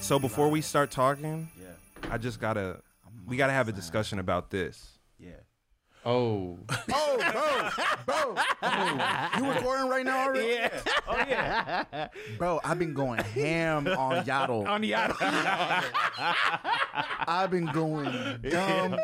So before we start talking, Yeah. I just gotta we gotta have a discussion about this. Yeah. Oh, You recording right now already? Yeah. Oh yeah. Bro, I've been going ham on Yaddle. on Yaddle. I've been going dumb,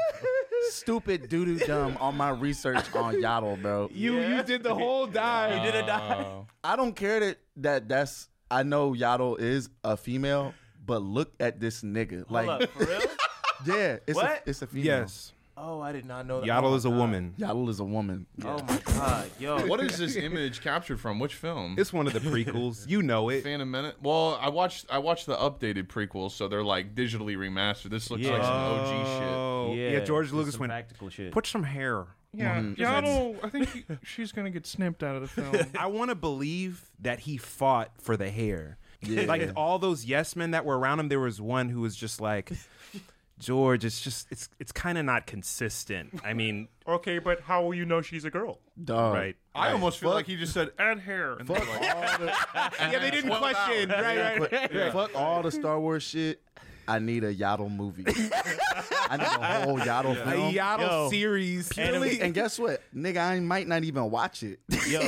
stupid, doo doo dumb on my research on Yaddle, bro. you you did the whole dive. You did a dive. I don't care that, that that's, I know Yaddle is a female, but look at this nigga. Like, Hold up, for real? yeah, it's, What? A, it's a female. Yes. Oh, I did not know that. Yaddle Oh, is a my God. woman. Yaddle is a woman. Oh my god, yo. What is this image captured from? Which film? It's one of the prequels. You know it. Phantom Menace. Well, I watched I watched the updated prequels, so they're like digitally remastered. This looks like Yeah. some OG shit. Oh, yeah, George just Lucas some went practical shit. put some hair. Yeah, Yaddle. I think he, she's gonna get snipped out of the film. I want to believe that he fought for the hair. Like all those yes men that were around him, there was one who was just like, George, it's just it's it's kind of not consistent. I mean, okay, but how will you know she's a girl? Dog. right? I almost feel like he just said, Add hair. And Fuck all the. "Yeah, they didn't question." right, right. Fuck all the Star Wars shit. I need a Yaddle movie. I need a whole Yaddle film. A Yaddle Yo. series. Purely- And guess what, nigga? I might not even watch it.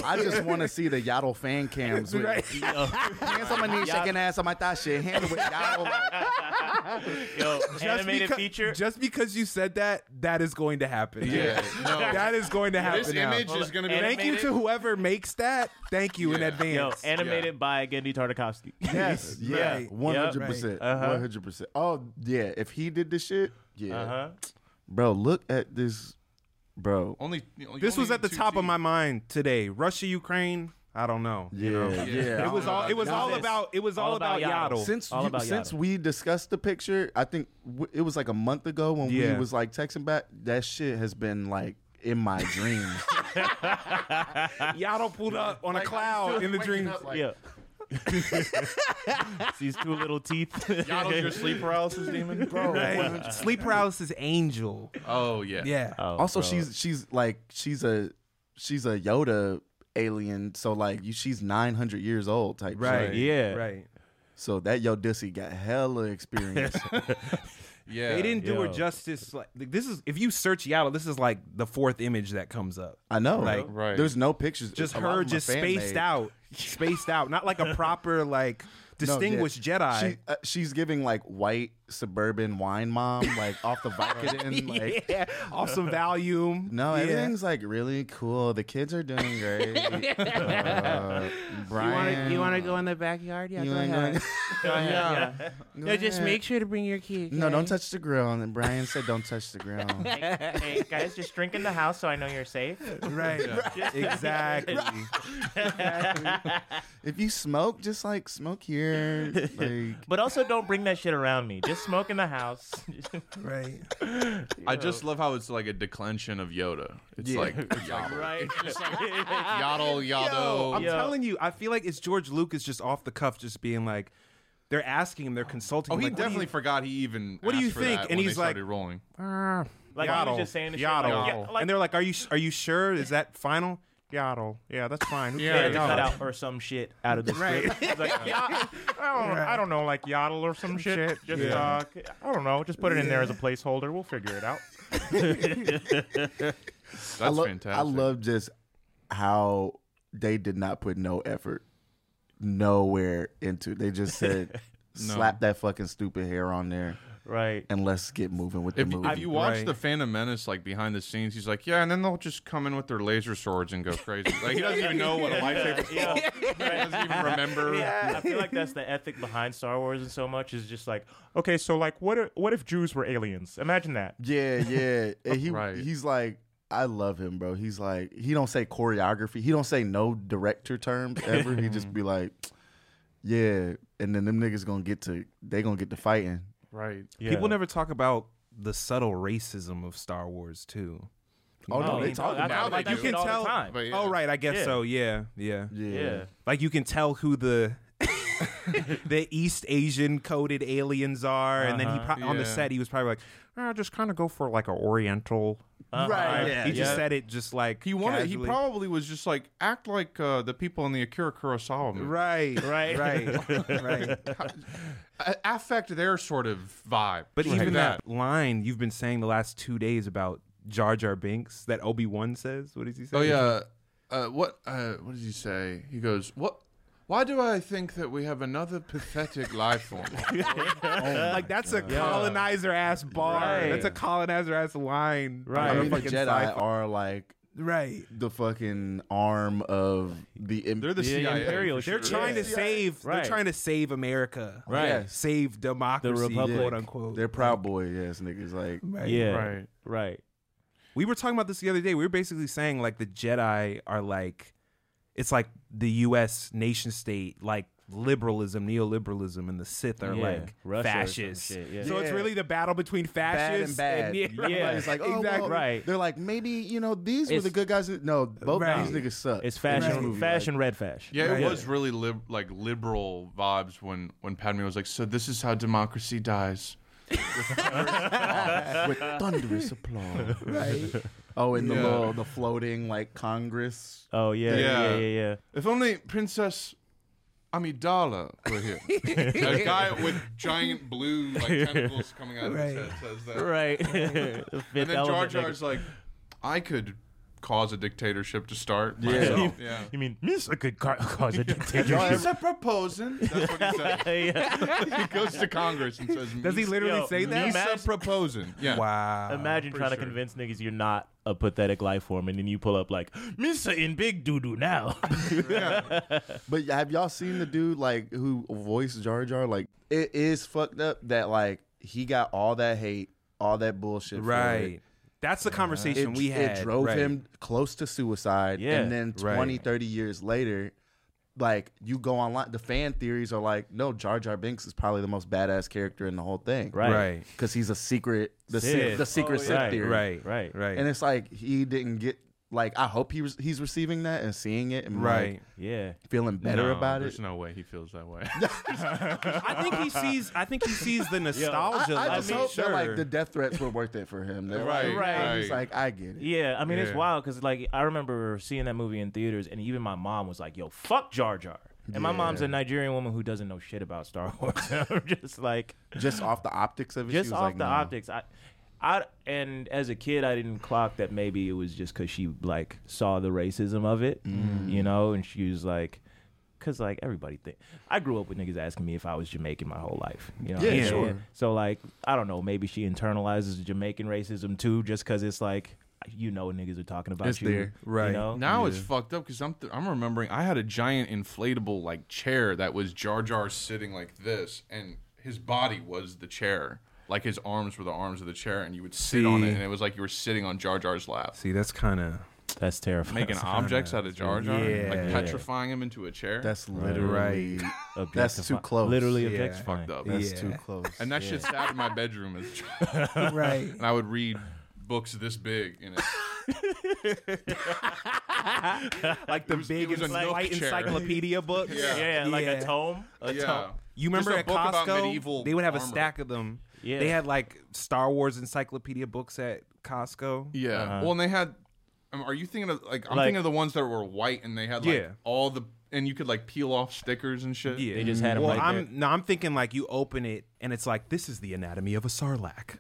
I just want to see the Yaddle fan cams with Right. hands on my knees, shaking ass on my thigh, shit, hand with Yaddle. like, yo, animated becau- feature. Just because you said that, that is going to happen. Yeah, no. that is going to happen. This now. image is gonna be. Hold up. Thank you to whoever makes that. Thank you in Yeah. yo, advance. animated by Gendy Tartakovsky. yes, yeah, right, one hundred percent, right. Uh-huh. one hundred percent. Oh yeah, if he did this shit, yeah, Uh-huh. bro. Look at this, bro. Only this was at the top of my mind today. Russia, Ukraine. I don't know. Yeah, yeah. It was all. It was all about. It was all, about Yaddle. since All you- about since Yaddle. we discussed the picture, I think w- it was like a month ago when Yeah. we was like texting back. That shit has been like in my dreams. Yaddle pulled up on a cloud in the dreams. Yeah. These two little teeth. Yaddle's your sleep paralysis demon, bro. Right. Sleep paralysis angel. Oh yeah, Yeah. also, she's she's like she's a she's a Yoda alien. So like you, she's nine hundred years old type. Right. shit. Uh, Yeah. Right. So that Yo Dissy got hella experience. yeah. They didn't do her Yo. justice. Like like, this is if you search Yaddle, this is like the fourth image that comes up. I know. Like, Right. There's no pictures. Just A lot of her, them are just fan-made. spaced out, spaced out. Not like a proper like No, yeah. distinguished Jedi. She, uh, she's giving like white suburban wine mom, like off the Vicodin. Like, yeah. Awesome volume. No, yeah. everything's like really cool. The kids are doing great. Uh, Brian, go in the backyard? Yeah, you ain't going- Yeah. No, just make sure to bring your kid. No, don't touch the grill. And then Brian said, "Don't touch the grill." hey guys, just drink in the house so I know you're safe. Right. Exactly. if you smoke, just like smoke here. Like, But also don't bring that shit around me. Just smoke in the house. Right. I just love how it's like a declension of Yoda. It's like Yaddle. right? Yaddle, Yo, I'm Yaddle. Yo. telling you, I feel like it's George Lucas just off the cuff, just being like, they're asking him, they're consulting. Oh, him, he like, what do definitely you- forgot he even. What do you asked for think? that And when he's they like- started rolling. Like I was just saying the shit, like, ah, Yaddle. yeah, like- and they're like, "Are you are you sure? Is that final? Yaddle? Yeah, that's fine. Who Yeah, cares? it's cut out or some shit out of the script. It's like, yeah, I don't, I don't know, like Yaddle or some shit. Just uh, I don't know. Just put it in there as a placeholder. We'll figure it out. That's I, lo- fantastic. I love just how they did not put no effort nowhere into. it. They just said, "Slap that fucking stupid hair on there, right. and let's get moving with the If, movie." if you watch Right. the Phantom Menace, like behind the scenes, he's like, yeah, and then they'll just come in with their laser swords and go crazy. Like he doesn't even know what a lightsaber. is. Yeah. He doesn't even remember. I feel like that's the ethic behind Star Wars and so much is just like Okay, so like, what? If, what if Jews were aliens? Imagine that. Yeah, yeah. And he Right. he's like, I love him, bro. He's like, he don't say choreography. He don't say no director terms ever. he just be like, yeah. And then them niggas gonna get to they gonna get to fighting. Right. Yeah. People never talk about the subtle racism of Star Wars too. Oh no, Oh, they no, talking I about thought it. Like, about you that can shit all the tell- time. But yeah. Oh right, I guess Yeah. so. Yeah, yeah, Yeah. Yeah. Like you can tell who the the East Asian coded aliens are, and then he pro- on the Uh-huh. Yeah. set he was probably like, "Ah, just kind of go for like an Oriental Uh-huh. Right. He just said it just like He wanted. He casually. probably was just like act like uh, the people in the Akira Kurosawa movie. right, right, right, right. A- affect their sort of vibe. But Like even that line you've been saying the last two days about Jar Jar Binks that Obi Wan says. What does he say? Oh yeah. Uh, what? Uh, what does he say? He goes, "What? Why do I think that we have another pathetic life form?" Oh like that's a colonizer ass bar. Right. That's a colonizer ass line. I on a mean, the fucking Jedi sci-fi- are like right. the fucking arm of the. Im- They're the Yeah, CIA. Imperial for shit. They're trying to Yeah. save. Right. They're trying to save America. Right. Yes. Save democracy. Republic. Quote unquote. They're proud boy ass niggas. Like Right. Yeah. Right. Right. We were talking about this the other day. We were basically saying like the Jedi are like, it's like the U.S. nation state like liberalism, neoliberalism, and the Sith are Yeah. like Russia or some fascists. shit, yeah. So it's Yeah. really the battle between bad fascists and bad. yeah, Yeah. It's like oh, exactly. well, right. They're like maybe you know these were It's- the good guys. No, both Right. these niggas suck. It's in fashion. this movie, fashion. Red fashion. Yeah, it Right. was really lib- like liberal vibes when when Padme was like, "So this is how democracy dies." like, with thunderous applause. Right. Oh, and Yeah. the little, the floating like Congress. Oh yeah. Yeah. Yeah. Yeah. Yeah. If only Princess Amidala were here. a guy with giant blue like tentacles coming out of his Right. head says that. Right. The fifth And then Jar element, Jar's like, "I could cause a dictatorship to start." Yeah. Myself. yeah. You mean Misa could ca- cause a dictatorship? He's a proposing. That's what he says. nigga. yeah. he goes to Congress and says, Does he literally Yo, say that? He's Imagine- proposing. Yeah. Wow. Imagine trying to sure. convince niggas you're not a pathetic life form, and then you pull up like Misa in big doo doo now. But have y'all seen the dude like who voiced Jar Jar? Like it is fucked up that like he got all that hate, all that bullshit. for it. Right. That's the It, conversation we had. it drove right. him close to suicide. Yeah. And then 20, Right. 30 years later, like you go online, the fan theories are like, no, Jar Jar Binks is probably the most badass character in the whole thing. Right. Right. Because he's a secret, the, se- Sith. the secret Oh, Sith yeah. theory. Right. Right. Right. And it's like he didn't get, like, I hope he was, he's receiving that and seeing it and right. like, yeah. feeling better No, about it. There's no way he feels that way. I think he sees. I think he sees the nostalgia. I, I like, just hope sure. that like the death threats were worth it for him. They're Right, like, right. He's like, I get it. Yeah, I mean it's Yeah. wild because like I remember seeing that movie in theaters, and even my mom was like, "Yo, fuck Jar Jar," and my mom's a Nigerian woman who doesn't know shit about Star Wars. I'm just like, Just off the optics of it. just she was off like, the no. optics, I, I, and as a kid, I didn't clock that maybe it was just because she like saw the racism of it, Mm. you know, and she was like. Cause like everybody think I grew up with niggas asking me if I was Jamaican my whole life, you know. what I'm saying? Yeah, sure. So like I don't know, maybe she internalizes Jamaican racism too, just cause it's like you know niggas are talking about It's you, there. Right. You know? Now it's fucked up because I'm th- I'm remembering I had a giant inflatable like chair that was Jar Jar sitting like this, and his body was the chair. Like his arms were the arms of the chair, and you would sit on it, See. and it was like you were sitting on Jar Jar's lap, See, that's kind of That's terrifying. making objects out of Jar Jar, Yeah. like Yeah. petrifying him into a chair. That's literally. That's too Objectify- close. Literally Yeah. objectifying. fucked up. That's Yeah. too close. And that shit sat in my bedroom as a child, right. and I would read books this big in it. like the was- big it was a ency- Nook light chair. encyclopedia book. Yeah. Yeah, like Yeah. a tome. A Yeah. tome. You remember Just a at book about medieval Costco, they would have a armor. stack of them. Yeah. They had like Star Wars encyclopedia books at Costco. Yeah. Well, and they had. I mean, are you thinking of like I'm Like- thinking of the ones that were white and they had like Yeah. all the and you could like peel off stickers and shit. They just had 'em Well, right I'm no, I'm thinking like you open it and it's like this is the anatomy of a sarlacc.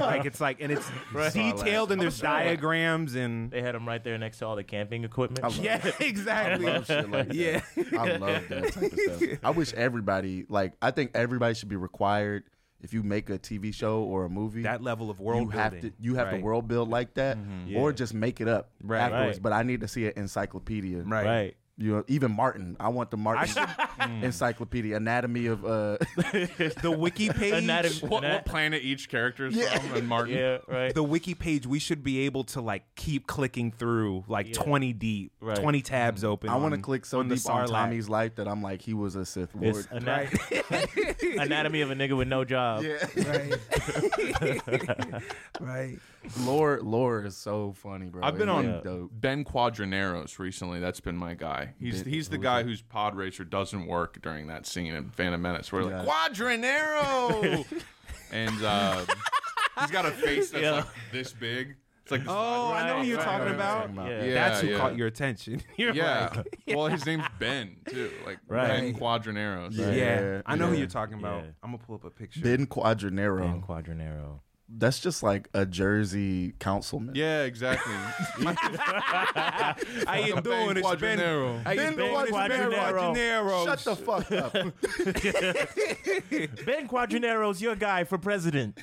like it's like and it's detailed and there's diagrams and They had them right there next to all the camping equipment. love yeah, exactly. I love shit like that. Yeah. I love that type of stuff. I wish everybody, like, I think everybody should be required if you make a TV show or a movie. That level of world you have building, to you have right. Mm-hmm. to world build like that, or just make it up Right. afterwards. Right. But I need to see an encyclopedia, Right. Right. You know, even Martin. I want the Martin encyclopedia, anatomy of uh, The wiki page. Anatomy- What, Nah. what planet each character is from and Martin? Yeah, right. the wiki page we should be able to like keep clicking through like 20 deep Right. 20 tabs open I want to on- click so on the deep on Sarlacc. Tommy's life that I'm like he was a Sith Lord. It's ana- anatomy of a nigga with no job. yeah, right right lore lore is so funny, bro. I've been It's on dope. Ben Quadraneros recently. That's been my guy. He's he's the guy whose pod racer doesn't work during that scene in Phantom Menace. We're like um, Quadranero, and uh, he's got a face that's like this big. It's like this Oh, I know who you're right, talking right, about. talking about. Yeah. Yeah, That's who yeah. caught your attention. You're yeah. like, Well, his name's Ben too, like Right. Ben Quadranero. so- yeah. Yeah, I know who yeah, you're talking about. yeah. I'm gonna pull up a picture. Ben Quadranero. Dan Quadranero. That's just like a Jersey councilman. Yeah, exactly. How you doing? It's Ben. Quadranero. How you Ben doing? It's Ben Quadranero. Quadranero. Shut the fuck up. Ben Quadranero's your guy for president.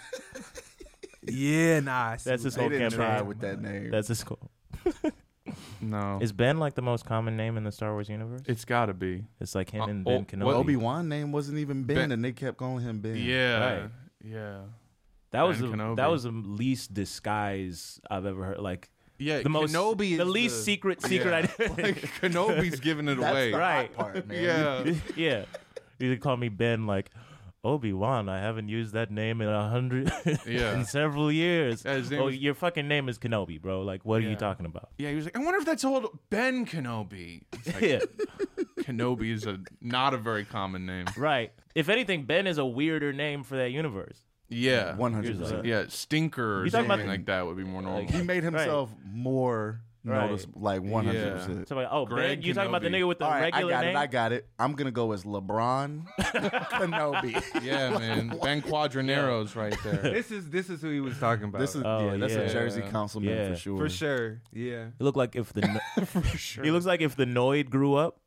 Yeah, nah. I see That's what his you they whole didn't try campaign. with that name. That's his cool. No, Is Ben like the most common name in the Star Wars universe? it's gotta be. It's like him Uh, and oh, Ben Kenobi. what- Obi Wan name wasn't even ben, Ben- and they kept calling him Ben. Yeah, Right. yeah, that was Ben the, Kenobi. that was the least disguise I've ever heard. Like yeah. the most Kenobi is the least secret secret Yeah. identity. like Kenobi's giving it That's away. the Right. hot part, man. Yeah. yeah, you could call me Ben. Like Obi Wan, I haven't used that name in a hundred Yeah. in several years. Yeah, his name oh, was- your fucking name is Kenobi, bro. Like, what are Yeah. you talking about? Yeah, he was like, I wonder if that's old Ben Kenobi. It's like, yeah, Kenobi is a not a very common name. right. If anything, Ben is a weirder name for that universe. Yeah, One hundred Here's percent. Yeah, stinker or You talking something about like that would be more normal. He made himself more Right. noticeable, like one hundred percent. Somebody, oh, Greg Ben, you talking about the Kenobi. nigga with the All right, I regular got name? it. I got it. I'm gonna go as LeBron Kenobi. yeah, man, Ben Quadranero's right there. This is this is who he was talking about. This is Oh, yeah, that's yeah. a Jersey councilman Yeah. for sure. for sure. Yeah, He looked like if the no- he looks like if the Noid grew up.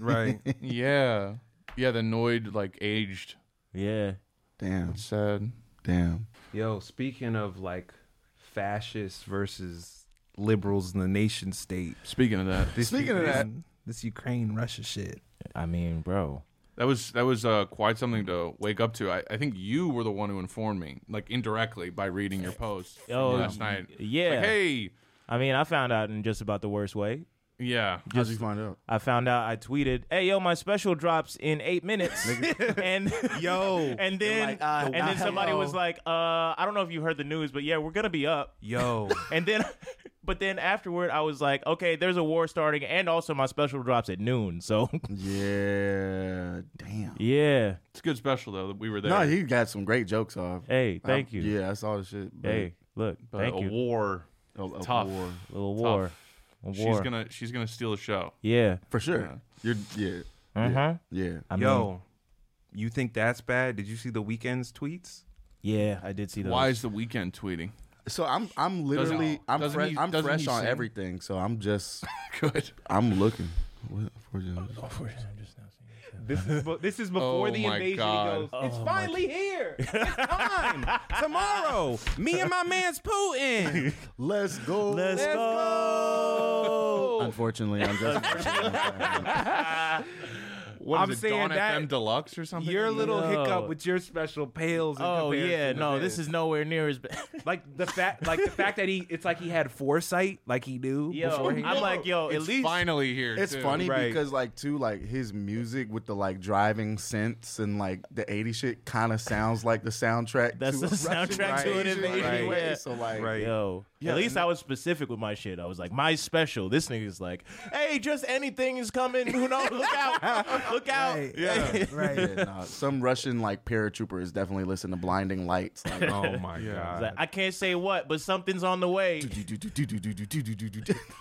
right. Yeah, yeah, the Noid like aged. Yeah, Damn, Sad. damn. Yo, speaking of like fascists versus liberals in the nation state. Speaking of that, This Speaking of that- this Ukraine Russia shit. I mean, bro. that was that was uh, quite something to wake up to. I, I think you were the one who informed me, like indirectly, by reading your post from Oh, last night. yeah. Like, hey, I mean, I found out in just about the worst way. yeah, How'd you find out? I found out I tweeted, "Hey yo, my special drops in eight minutes," and Yo, and then like, uh, and then wow. somebody was like, "Uh, I don't know if you heard the news, but yeah, we're gonna be up." yo, And then, but then afterward, I was like, "Okay, there's a war starting, and also my special drops at noon." So Yeah, damn. yeah, it's a good special though. that We were there. No, he got some great jokes off. hey, thank I- you. Um, Yeah, I saw the shit. but- Hey, look, but thank a you. war. A- a Tough. war. Little war, a war. She's gonna she's gonna steal the show. yeah. for sure. You're yeah, Uh huh. yeah. I mean, yo. You think that's bad? Did you see the weekend's tweets? yeah, I did see those. Why is the weekend tweeting? So I'm I'm literally I'm doesn't fresh he- I'm doesn't fresh he on sing? everything. So I'm just Good. I'm looking. What, for you? This is be- this is before Oh the my invasion. God. He goes, Oh it's finally here. It's time. Tomorrow, me and my man's Putin. Let's go. Let's, Oh, Let's go. Unfortunately, I'm just. What I'm is it, saying Dawn that- FM Deluxe or something? Your little Yo. hiccup with your special pails. in Oh yeah, comparison to no, this is nowhere near as bad. like the fact, like the fact that he, it's like he had foresight, like he knew. Yo, beforehand. I'm like, yo, at It's least finally here. it's too. funny Right. because like too like his music with the like driving synths and like the 80s shit kind of sounds like the soundtrack. That's to the a Russian soundtrack to an invasion invasion, anyway, yeah. So like, Right. Yo, Yeah, at least and- I was specific with my shit. I was like, my special. This nigga's like, hey, just anything is coming. Who knows? Look out! Look out! yeah, right. yeah, nah, some Russian like paratrooper is definitely listening to blinding lights. Like, Oh my It's god. like, I can't say what, but something's on the way.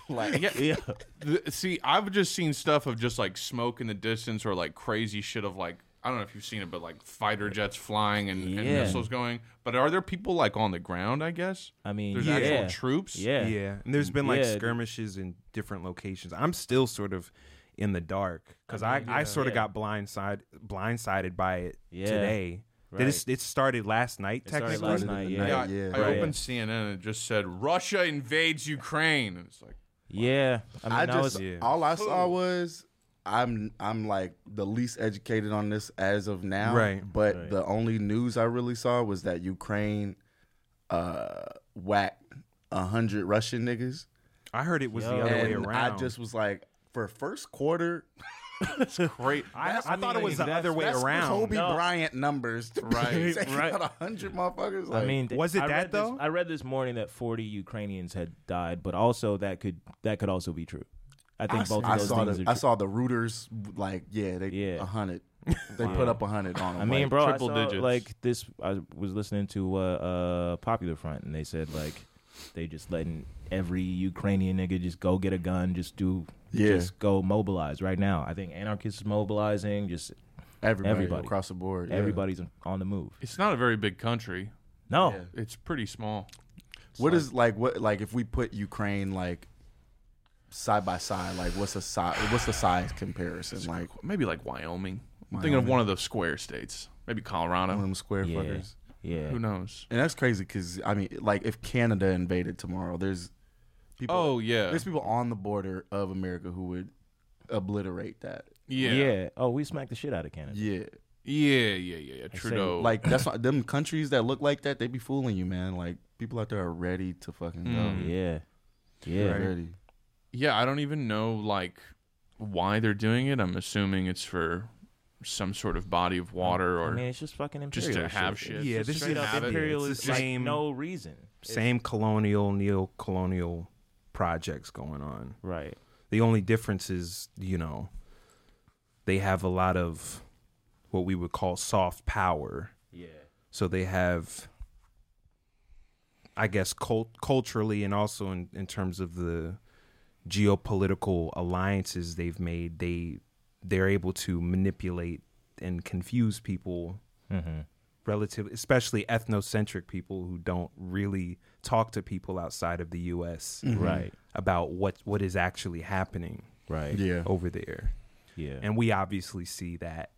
like Yeah. yeah, Th- See, I've just seen stuff of just like smoke in the distance or like crazy shit of like I don't know if you've seen it, but like fighter jets flying and, and Yeah. missiles going. But are there people like on the ground? I guess I mean, there's yeah, actual troops. yeah, Yeah, and there's been like Yeah. skirmishes in different locations. I'm still sort of in the dark because I, I, sort of Yeah. got blindsided blindsided by it Yeah. today. Did It, Right. it started last night. started Technically, last night, yeah. Yeah, I- yeah. I, Right. opened CNN and it just said Russia invades Ukraine, and it's like yeah. I mean, I I, just was, Yeah. all I saw was I'm I'm like the least educated on this as of now. Right. But the only news I really saw was that Ukraine uh whacked a hundred Russian niggas. I heard it was the Yo. other way and around. I just was like, for first quarter, great. I, I thought it was the other way that's around. Kobe Bryant numbers, to Right, Take right. out a hundred motherfuckers. I Like, mean, th- Was it I that, read this- though? I read this morning that 40 Ukrainians had died, but also that could that could also be true. I think both I of those saw things the are I true. saw the Reuters like yeah they Yeah. a hundred they put up a hundred on them. I mean, like, bro, triple I saw, digits. like this. I was listening to uh, uh, Popular Front, and they said like They just letting every Ukrainian nigga just go get a gun, just do, Yeah. just go mobilize right now. I think anarchists mobilizing, just Everybody, Everybody. across the board. yeah. everybody's on the move. It's not a very big country. No, It's pretty small. What is like what like if we put Ukraine like side by side, like what's a size what's the size comparison? Like Maybe like Wyoming. I'm thinking of Wyoming. one of the square states. Maybe Colorado. one of them square Yeah. fuckers. yeah, Who knows? And that's crazy because I mean, like if Canada invaded tomorrow, there's people. Oh yeah, there's people on the border of America who would obliterate that. yeah, yeah, yeah. Oh, we smacked the shit out of Canada. Yeah, yeah, yeah, yeah. Trudeau. like that's why them countries that look like that they be fooling you, man. Like people out there are ready to fucking Mm. go. Yeah, yeah. They're ready. yeah, I don't even know like why they're doing it. I'm assuming it's for some sort of body of water or I mean, it's just fucking just imperial to have shit. shit. Yeah, Just this straight is- up have it. imperial It's is the like same- no reason. It's- Same colonial, neo-colonial projects going on. right? The only difference is, you know, they have a lot of what we would call soft power. Yeah. So they have, I guess, cult- culturally and also in, in terms of the geopolitical alliances they've made, they they're able to manipulate and confuse people Mm-hmm. relative especially ethnocentric people who don't really talk to people outside of the US Right. about what what is actually happening Right. Yeah, over there. Yeah. And we obviously see that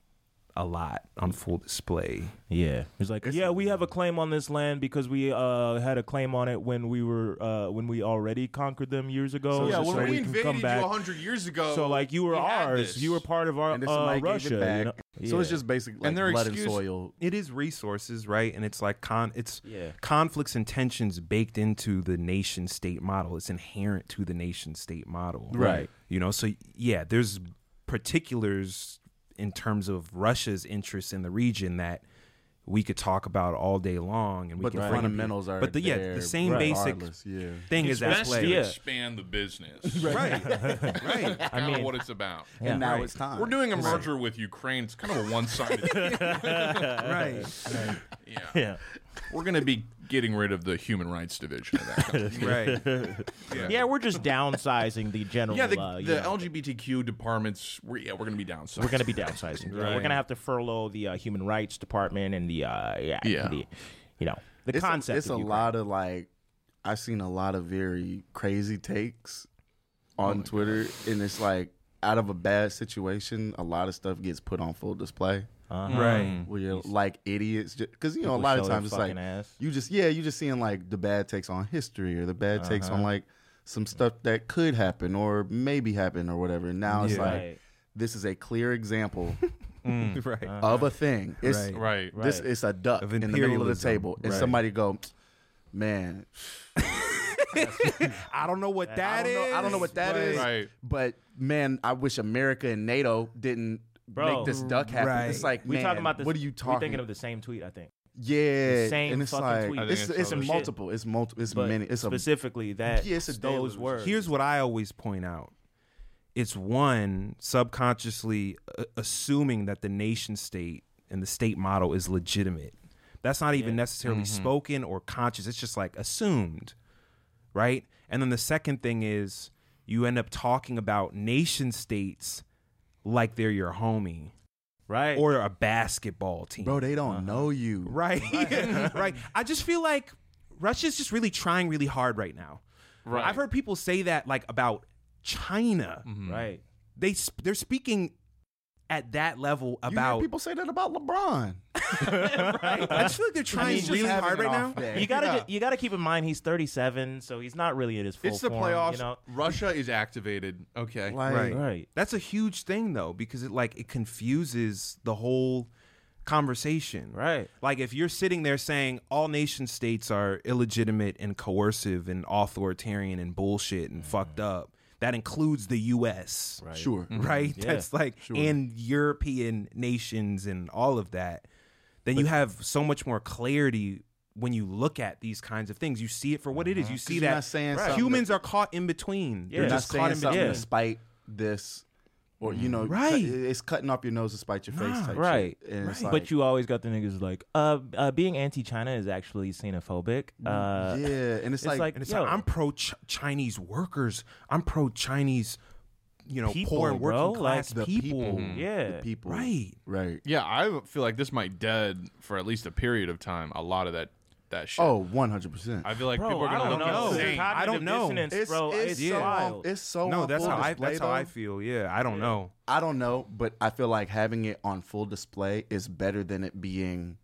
a lot on full display. yeah. It's like, yeah, we have a claim on this land because we uh, had a claim on it when we were uh, when we already conquered them years ago. So Yeah, when it's just we like- we can invaded come you back. hundred years ago, so like you were we had ours, this. you were part of our and then uh, somebody Russia. gave it you back. know? So it's Yeah. just basically like And their blood and excuse- soil. It is resources, right? And it's like con it's Yeah. conflicts and tensions baked into the nation state model. It's inherent to the nation state model. Right. You know, so yeah, there's particulars in terms of Russia's interest in the region that we could talk about all day long and we But can the bring up- fundamentals are But the, yeah, there the same basic regardless, yeah. thing it's is at best play. to Yeah. expand the business. Right. right. Kind mean- of what it's about. Yeah. and now Right. it's time. We're doing a merger with Ukraine. It's kind of a one-sided. Right. yeah. Yeah. We're gonna be getting rid of the human rights division of that. Country. Right. Yeah, we're just downsizing the general. Yeah, the, uh, you the know, LGBTQ departments. We're, yeah, we're gonna be downsized. We're gonna be downsizing. you know? We're Right. gonna have to furlough the uh, human rights department and the uh, yeah, Yeah. the- you know, the it's concept. A, it's of a Ukraine. lot of like I've seen a lot of very crazy takes on Twitter, and it's like out of a bad situation, a lot of stuff gets put on full display. Uh-huh. Right. Where you're like idiots, because you know People a lot show of their times it's like fucking ass. you just yeah you just seeing like the bad takes on history or the bad takes on like some stuff that could happen or maybe happen or whatever. And now it's Yeah. like Right. this is a clear example Right. of a thing. It's Right. right. Right. this it's a duck Of in the middle of the imperialism. table, and Right. somebody go, man, I don't know what I that don't is. know, I don't know what that is, Right. but man, I wish America and NATO didn't Bro. make this duck happen. Right. It's like We man, talking about this? What are you We talking? thinking of the same tweet, I think. yeah, the same and it's fucking like tweet. I think it's it's it's, some shit. multiple, it's multiple, it's But many, it's a specifically that Yeah, it's a daily those loser. words. Here's what I always point out. It's one subconsciously uh, assuming that the nation state and the state model is legitimate. That's not even necessarily spoken or conscious. It's just like assumed, right? And then the second thing is you end up talking about nation states like they're your homie right or a basketball team. bro. They Uh-huh. don't know you, Right. right. I just feel like Russia's just really trying really hard right Mm. now. Right. I've heard people say that like about China. right. They sp- they're speaking at that level You hear about people say that about LeBron. I just feel like they're trying He's just really having hard an right now. off day. You gotta ju- you gotta keep in mind he's 37, so he's not really in his full It's the form, playoffs. You know, Russia is activated. Okay. Like, Right. right? That's a huge thing though because it like it confuses the whole conversation. Right. Like if you're sitting there saying all nation states are illegitimate and coercive and authoritarian and bullshit and fucked up, that includes the US. Mm. Right. Sure, right? Yeah, That's like and European nations and all of that. Then you have so much more clarity when you look at these kinds of things. You see it for what it is. You see Uh-huh. you're that not saying something humans are caught in between. You're They're not just caught saying in between. something yeah. despite this or you know, Mm-hmm. Right. cut- it's cutting off your nose to spite your face, type Right. Shit. And it's but like, you always got the niggas like, uh, uh being anti-China is actually xenophobic. Uh, yeah, and it's, it's like, like, And it's yo, like I'm pro Ch- Chinese workers. I'm pro Chinese, you know, People, poor and working bro, class the people. people, yeah, the people, Mm-hmm. Right. right. Yeah, I feel like this might dead for at least a period of time. A lot of that that shit. Oh, one hundred percent. I feel like bro, people are I gonna don't look at know. know. insane. I don't Cognitive know. dissonance, It's, bro. it's, It's so wild. On, it's so No, on that's full how I display, that's how I though. feel. Yeah, I don't know. I don't know, but I feel like having it on full display is better than it being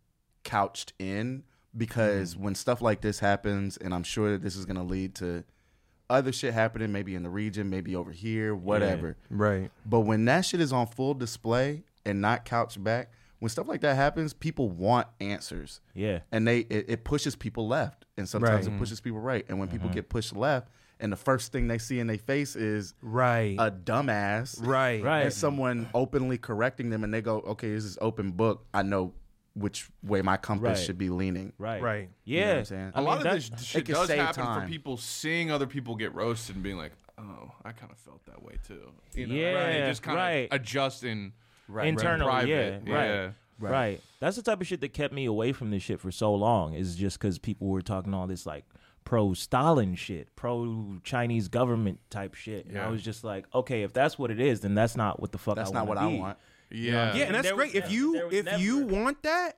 couched in because Mm-hmm. when stuff like this happens, and I'm sure that this is going to lead to other shit happening, maybe in the region, maybe over here, whatever. Right. But when that shit is on full display and not couched back, when stuff like that happens, people want answers yeah. and they it, it pushes people left and sometimes Right. Mm-hmm. it pushes people right and when people get pushed left and the first thing they see in their face is Right. a dumbass uh, right. Right. and someone openly correcting them and they go okay this is open book i know which way my compass Right. should be leaning Right. Right. Yeah. You know what I'm saying? I A mean, lot of that- this shit can does save happen for time. people seeing other people get roasted and being like, "Oh, I kind of felt that way too." You know? Yeah, they just kind of right. adjusting right, Internally, private. yeah, right. yeah. Right. That's the type of shit that kept me away from this shit for so long. Is just because people were talking all this like pro Stalin shit, pro Chinese government type shit. And I Yeah. was just like, okay, if that's what it is, then that's not what the fuck. that's I not wanna what i be. want Yeah. Yeah, and that's there was great. if never- there you was if you never- want that,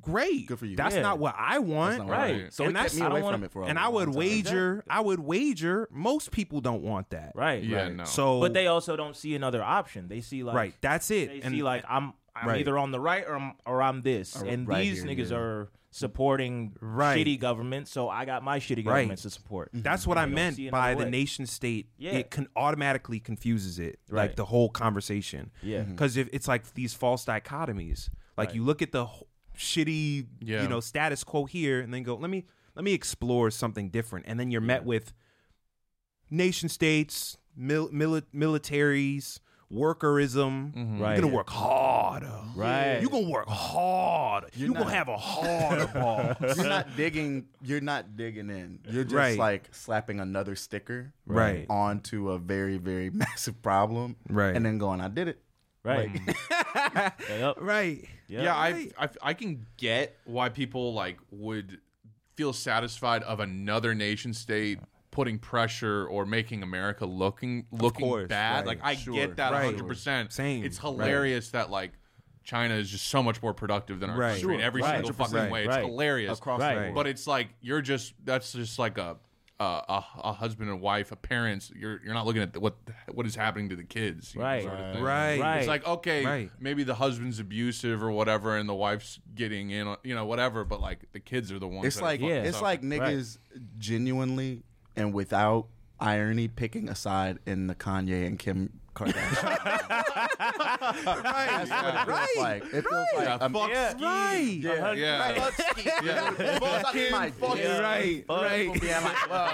great. Good for you. That's Yeah. not what I want. not what I Right. want. so And it kept that's- me I don't away wanna- from it for a and I long would time. wager, I would wager most people don't want that. Right. Yeah, Right. no. So But they also don't see another option. They see like right, that's it. They and see like I'm I'm Right. either on the right or I'm or I'm this. and right these here, niggas yeah. are supporting Right. shitty government, so I got my Right. shitty Mm-hmm. governments to support. that's what I don't meant see another by way. the nation state. Yeah. It can automatically confuses it, Right. like the whole conversation. Yeah. Mhm. because if it's like these false dichotomies, like you look at the wh- shitty, Yeah. you know, status quo here, and then go, let me let me explore something different, and then you're met with nation states, mil- mili- militaries, workerism. Right. You're gonna work harder. Right. You're gonna work harder. You're, not- gonna have a harder ball. you're not digging you're not digging in you're just Right. like slapping another sticker Right. onto a very very massive problem Right. and then going i did it Right. Yep. Right. Yeah, I, I I can get why people like would feel satisfied of another nation state putting pressure or making America looking looking course, bad. Like right, I sure, get that right. 100%. Same, It's right. hilarious that like China is just so much more productive than our Right. country in Sure, every right. single fucking 100%, way. It's right. hilarious. across Right. the board. But it's like you're just that's just like a a, a, a husband and wife, a parents. You're you're not looking at what what is happening to the kids, you know, Right. sort of thing. Right. Right. It's like okay, Right. maybe the husband's abusive or whatever, and the wife's getting in, on- you know, whatever. But like the kids are the ones. It's that like are fucking it's like suffering. niggas genuinely and without irony picking a side in the Kanye and Kim Kardashian. That's what it feels Right. like. It feels like yeah, I'm- fuck, Yeah. Right. yeah, yeah. Fuck him, fuck him. Right. Right. Yeah, like, well,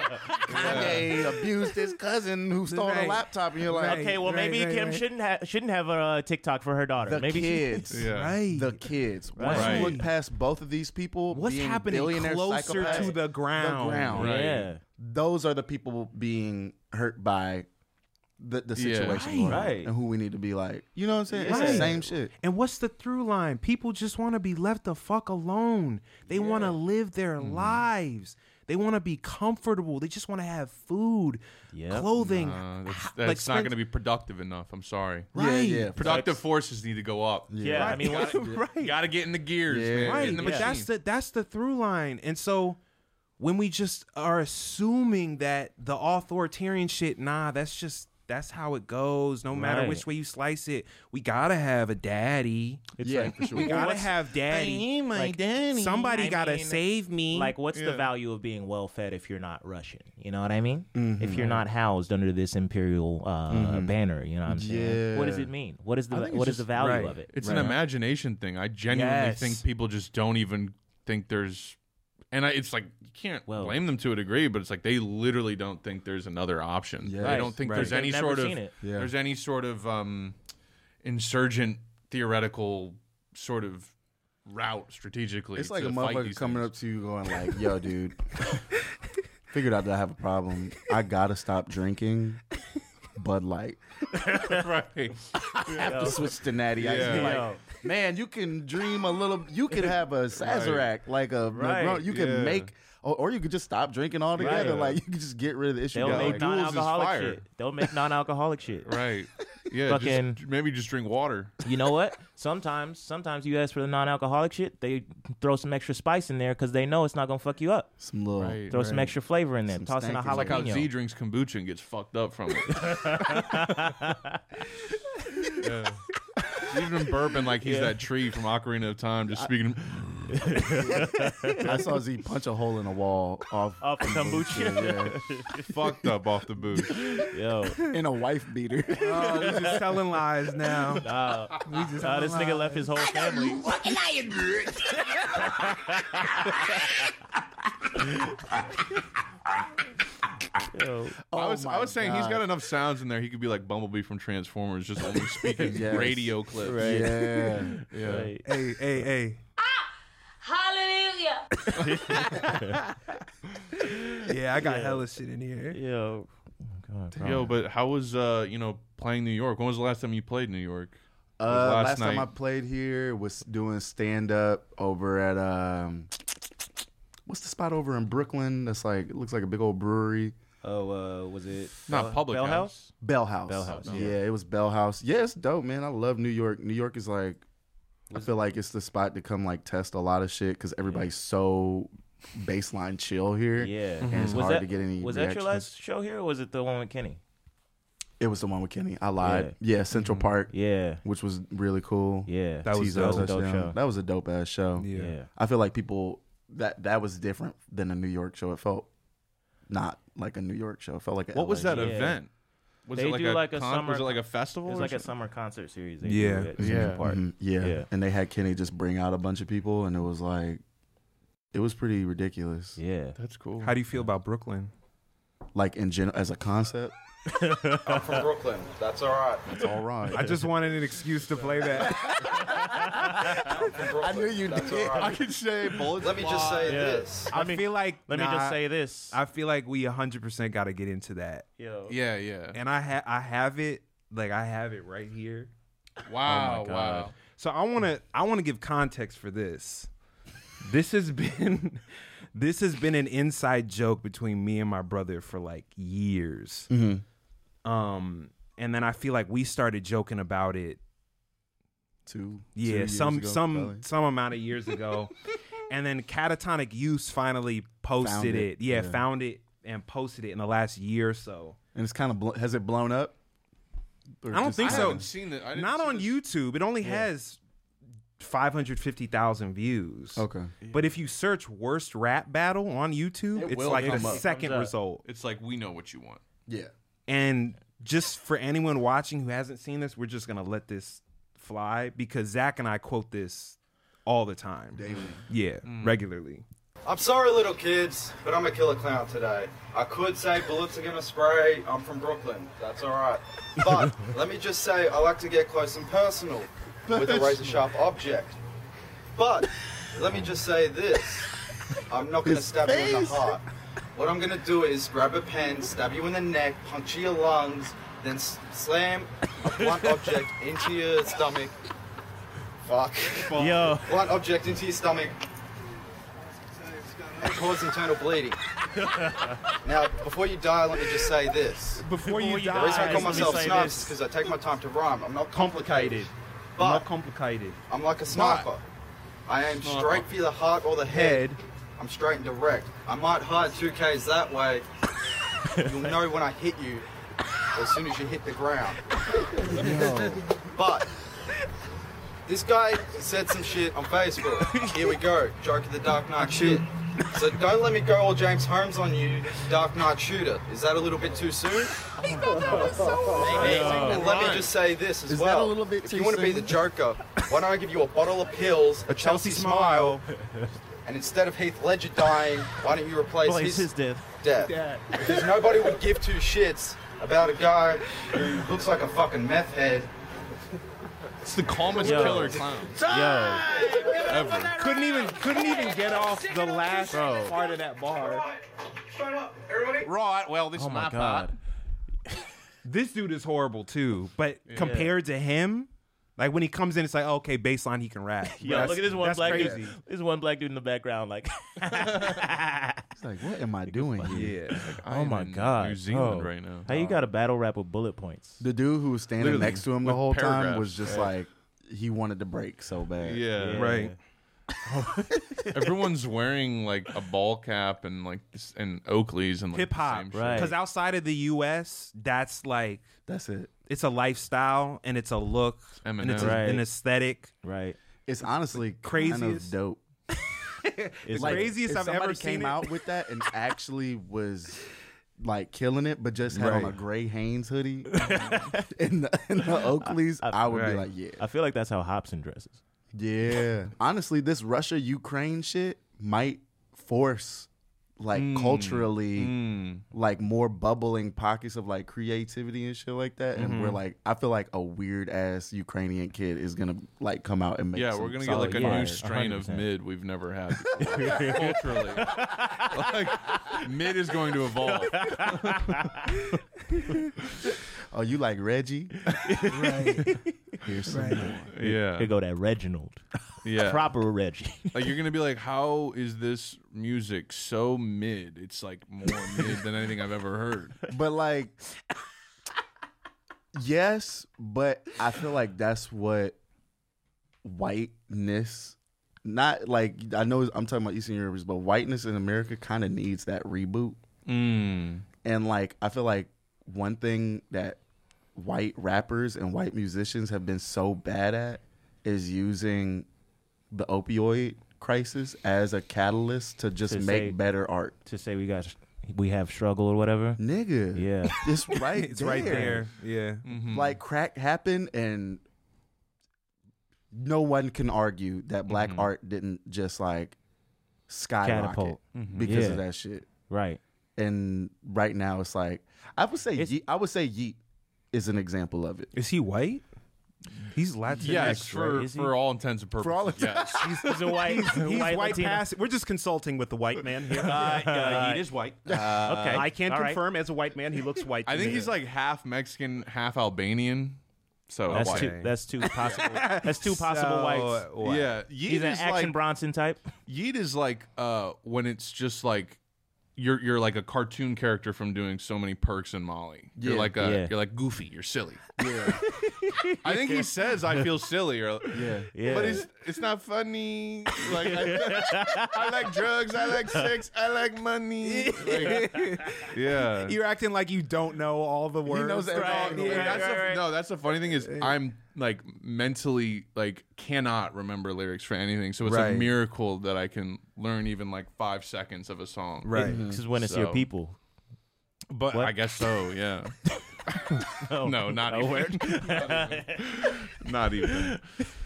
Kanye abused his cousin who stole a Right. laptop, and you're like, Right. Okay, well Right, maybe right, Kim right. shouldn't ha- shouldn't have a uh, TikTok for her daughter. the maybe she- kids. Yeah. Right. The kids. Once Right. you look past both of these people, What's being happening billionaire closer psychopaths, to the ground? The ground. Right. Oh, Yeah. those are the people being hurt by the, the Yeah. situation Right. going on Right. and who we need to be like. You know what I'm saying? It's Right. the same shit. And what's the through line? People just want to be left the fuck alone. They want to live their lives. They want to be comfortable. They just want to have food, Yep. clothing. Uh, that's ha- that's like not spend- going to be productive enough. I'm sorry. Right. Yeah, yeah. Productive forces need to go up. yeah, I mean, Right. what, You got to get in the gears, Yeah. man. right. In the But that's machine. the that's the through line. And so when we just are assuming that the authoritarian shit, nah, that's just that's how it goes. No matter Right. which way you slice it, we gotta have a daddy. yeah, for sure. We gotta have daddy. my daddy. Somebody I gotta mean, save me. Like, what's the value of being well fed if you're not Russian? You know what I mean? Mm-hmm. If you're not housed under this imperial uh, banner, you know what I'm saying? What does Yeah. it mean? What is the think it's what is the just- value right. of it? It's an imagination thing. I genuinely Yes. think people just don't even think there's, and I, it's like you can't Well- blame them to a degree, but it's like they literally don't think there's another option. Yeah. They Right. don't think Right. there's They've any never sort seen of it. Yeah. there's any sort of um, insurgent theoretical sort of route strategically. It's like to a fight motherfucker these coming things. up to you going like, yo, dude, figured out that I have a problem. I gotta stop drinking. Bud Light. right. I have to switch to Natty Ice. Yeah. Be like, Yo. man, you can dream a little. You could have a Sazerac, like a Negroni. You could yeah. make, or, or you could just stop drinking altogether. Right. Like you could just get rid of the issue. They'll Yeah, make like, duels is non-alcoholic fire. shit. They'll make non-alcoholic shit. Right. Yeah. Fucking- Just, maybe just drink water. You know what? Sometimes, sometimes you ask for the non-alcoholic shit. They throw some extra spice in there because they know it's not gonna fuck you up. some little. Right. Throw some extra flavor in there. Some Toss in a stank is Like how jalapeno. Z drinks kombucha and gets fucked up from it. yeah. He's been burping like he's that tree from Ocarina of Time, just speaking. I saw Z punch a hole in a wall off Off kombucha. yeah. fucked up off the booth. Yo, in a wife beater. Oh, he's just telling lies now. uh, this nigga left his whole family. Yo, I was, Oh my I was saying he's God. got enough sounds in there. He could be like Bumblebee from Transformers, just only speaking Yes. radio clips. Yeah. Yeah. right. hey, hey, hey. Hallelujah. Yeah, I got hella shit in here. Yo. God, bro. Yo, but how was uh you know playing New York? When was the last time you played New York? Uh, last last time night. I played here was doing stand up over at um, what's the spot over in Brooklyn? That's like it looks like a big old brewery. Oh, uh, was it Not Bell- Public Bell House? House? Bell House. Bell House, Yeah, it was Bell House. Yeah, it's dope, man. I love New York. New York is like, I feel like it's the spot to come like test a lot of shit because everybody's so baseline chill here. Yeah. Mm-hmm. and it's Was hard that to get any. was that reactions. your last show here, or was it the one with Kenny? It was the one with Kenny. I lied. Yeah, Central Park, Yeah. which was really cool. Yeah. That was Tezo dope. a dope touchdown. show. That was a dope ass show. Yeah. yeah. I feel like people that that was different than a New York show. It felt not like a New York show. It felt like a What was LA that show. Yeah. event? Was They it like do a, like a con- summer- was it like a festival? It was or like a something? summer concert series. They Yeah. do at Central Yeah. Park. Mhm, yeah. Yeah. and they had Kenny just bring out a bunch of people, and it was like it was pretty ridiculous. Yeah. That's cool. How do you feel about Brooklyn? Like in general, as a concept, I'm from Brooklyn. That's all right. it's all right. I just wanted an excuse to play that. I knew you That's did. All right. can say bullets. Let me just say this. I feel like Let me just say this. I feel like we 100% got to get into that. Yo. Yeah, yeah. And I ha- I have it like I have it right here. Wow, wow. So I want to I want to give context for this. This has been this has been an inside joke between me and my brother for like years. Um and then I feel like we started joking about it two, two yeah, years some ago, some probably. some amount of years ago. and then Catatonic Use finally Found posted it, it. Yeah, yeah. found it and posted it in the last year or so. and it's kind of blo- has it blown up? Or I don't just- think I so. haven't seen that. I didn't Not see on this. YouTube. It only has 550,000 views. Okay, But if you search worst rap battle on YouTube, It it's will like come the up. second Comes up. result. It's like we know what you want. yeah. And just for anyone watching who hasn't seen this, we're just gonna let this fly because Zach and I quote this all the time. Yeah, Mm. regularly. I'm sorry, little kids, but I'm a killer clown today. I could say bullets are gonna spray. I'm from Brooklyn. That's all right. But let me just say, I like to get close and personal with a razor sharp object. But let me just say this: I'm not gonna stab you in the heart. What I'm gonna do is grab a pen, stab you in the neck, puncture your lungs, then s- slam a blunt object into your stomach. Fuck. Yo. Blunt object into your stomach and cause internal bleeding. now, before you die, let me just say this. Before you The reason I Guys, call let me myself say Snipes this. is because I take my time to rhyme. I'm not complicated, not but complicated. I'm like a sniper. I aim straight for the heart or the head. I'm straight and direct. I might hide two Ks that way. You'll know when I hit you as soon as you hit the ground. But this guy said some shit on Facebook. Here we go. Joke of the Dark Knight shit. So don't let me go all James Holmes on you, Dark Knight shooter. Is that a little bit too soon? Maybe. And let me just say this as Is that well. a little bit if too you want to be soon? the Joker, why don't I give you a bottle of pills, a Chelsea, smile, and instead of Heath Ledger dying, why don't you replace Place his his, death. death? Because nobody would give two shits about a guy who looks like a fucking meth head. It's the calmest Yo. killer clown Yo. ever. Couldn't even couldn't even get off the last part of that bar. Shut up, everybody. Right. Well, this Oh is my part. god. this dude is horrible too. But compared to him, like when he comes in, it's like okay, baseline he can rap. Yo, look at this one that's black crazy. dude. This one black dude in the background, like, It's like, what am I doing here? Yeah. Like, oh my god, New Zealand oh. right now. How you got a battle rap with bullet points? The dude who was standing Literally, next to him the with whole time paragraphs. was just like, he wanted to break so bad. Yeah. Right. Everyone's wearing like a ball cap and like this, and Oakleys and like, Hip the hop, same shit. Right. Because outside of the U.S., that's like That's it. it's a lifestyle and it's a look and it's a- Eminem. an Right. aesthetic. Right. It's honestly kind of craziest- dope. It's Like- like, Craziest if I've ever somebody seen came it. out with that and actually was like killing it, but just had on a Right. gray Hanes hoodie and the, and the Oakleys, I, would be right. like, yeah, I feel like that's how Hobson dresses. yeah. Honestly, this Russia Ukraine shit might force like Mm. culturally like more bubbling pockets of like creativity and shit like that and Mm-hmm. we're like i feel like a weird ass ukrainian kid is gonna like come out and make Yeah, some we're gonna get solid like a fire, new strain of 100%. mid we've never had before, culturally. like mid is going to evolve. oh you like reggie Right. here's some more. Yeah, Here go that Reginald, yeah. proper Reggie. Like you're gonna be like, how is this music so mid? It's like more mid than anything I've ever heard. but like yes but i feel like that's what whiteness not like i know i'm talking about eastern europeans but whiteness in america kind of needs that reboot Mm. and like i feel like one thing that white rappers and white musicians have been so bad at is using the opioid crisis as a catalyst to just To make say- better art to say we got we have struggle or whatever. nigga Yeah. it's right It's right there. Yeah. Mm. like crack happened and no one can argue that black Mm-hmm. art didn't just like skyrocket Catapult. Mm-hmm. Mm-hmm. because of Yeah. that shit Right. and right now it's like i would say It's- yeet, i would say yeet is an example of it Is he white? He's Latinx. Yes, for right? Is he- for all intents and purposes. all yes. He's, a white. He's, he's white, Latino. pass- We're just consulting with the white man here. Uh, Yeet is white. okay. I can All right. confirm as a white man, he looks white. I to think me. he's like half Mexican, half Albanian. So That's white. two. That's two possible. That's two possible So, whites. what? Yeah, Yeet He's an is action like Bronson type. Yeet is like uh, when it's just like you're you're like a cartoon character from doing so many perks in Molly. You're Yeah. like a Yeah. you're like goofy. You're silly. I think he says I feel silly or yeah, Yeah. but it's it's not funny. Like I, I like drugs. I like sex. I like money. Like, yeah. You're acting like you don't know all the words. knows every- Right. Right. And Yeah. that's the- No, that's the funny thing is I'm like mentally like cannot remember lyrics for anything. So it's Right. a miracle that I can learn even like five seconds of a song. Right. This is when it's your Mm. So- people. But Mm-hmm. What? Oh, I guess so. Yeah. no, not even. not even.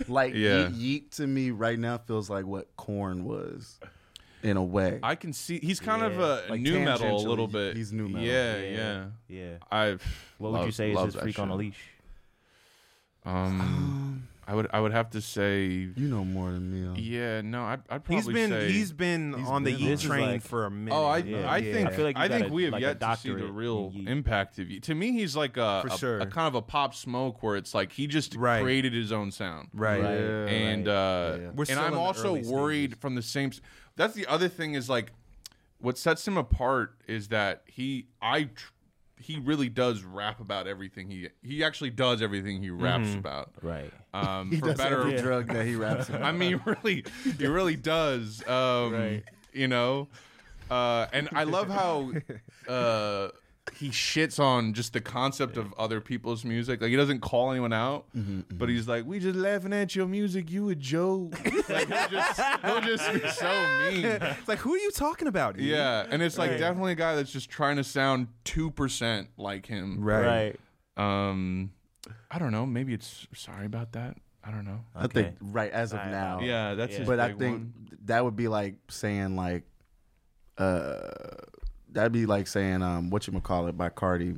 like Yeah. yeet, yeet to me right now feels like what corn was in a way I can see he's kind of a Like new metal a tangentially, little bit. he's nu metal. Yeah, yeah. Yeah. Yeah. I've. What would you say is his freak on a leash? Um, I would. I would have to say. you know more than me huh? Yeah. No. I, I'd probably He's been say- he's been He's on been the on Yeet it. train This is like- for a minute. Oh, I, Yeah. I Yeah. think I feel like you I got think a- we have like a yet to see the doctorate in real yeet. impact of you. To me, he's like a, For a- sure. a kind of a pop smoke where it's like he just Right. created his own sound. right. Yeah, and right. uh, Yeah. We're and still in I'm the also early stages. worried from the same. s- That's the other thing is like, what sets him apart is that he I tr- he really does rap about everything he he actually does everything he raps Mm-hmm. about. Right. Um, he for does better, every drug that he raps about. I mean, he really, he really does. Um, You know, uh, and I love how uh, he shits on just the concept of other people's music. Like he doesn't call anyone out, but he's like, "We just laughing at your music. You a joke." like he'll just, he'll just be so mean. It's like who are you talking about? E Yeet? Yeah, and it's like definitely a guy that's just trying to sound two percent like him. Right. Right. Um, I don't know. Maybe it's sorry about that. I don't know. i think right as of now Yeah, that's. his Oh, but I big think one. that would be like saying like uh that'd be like saying um what you call it by Cardi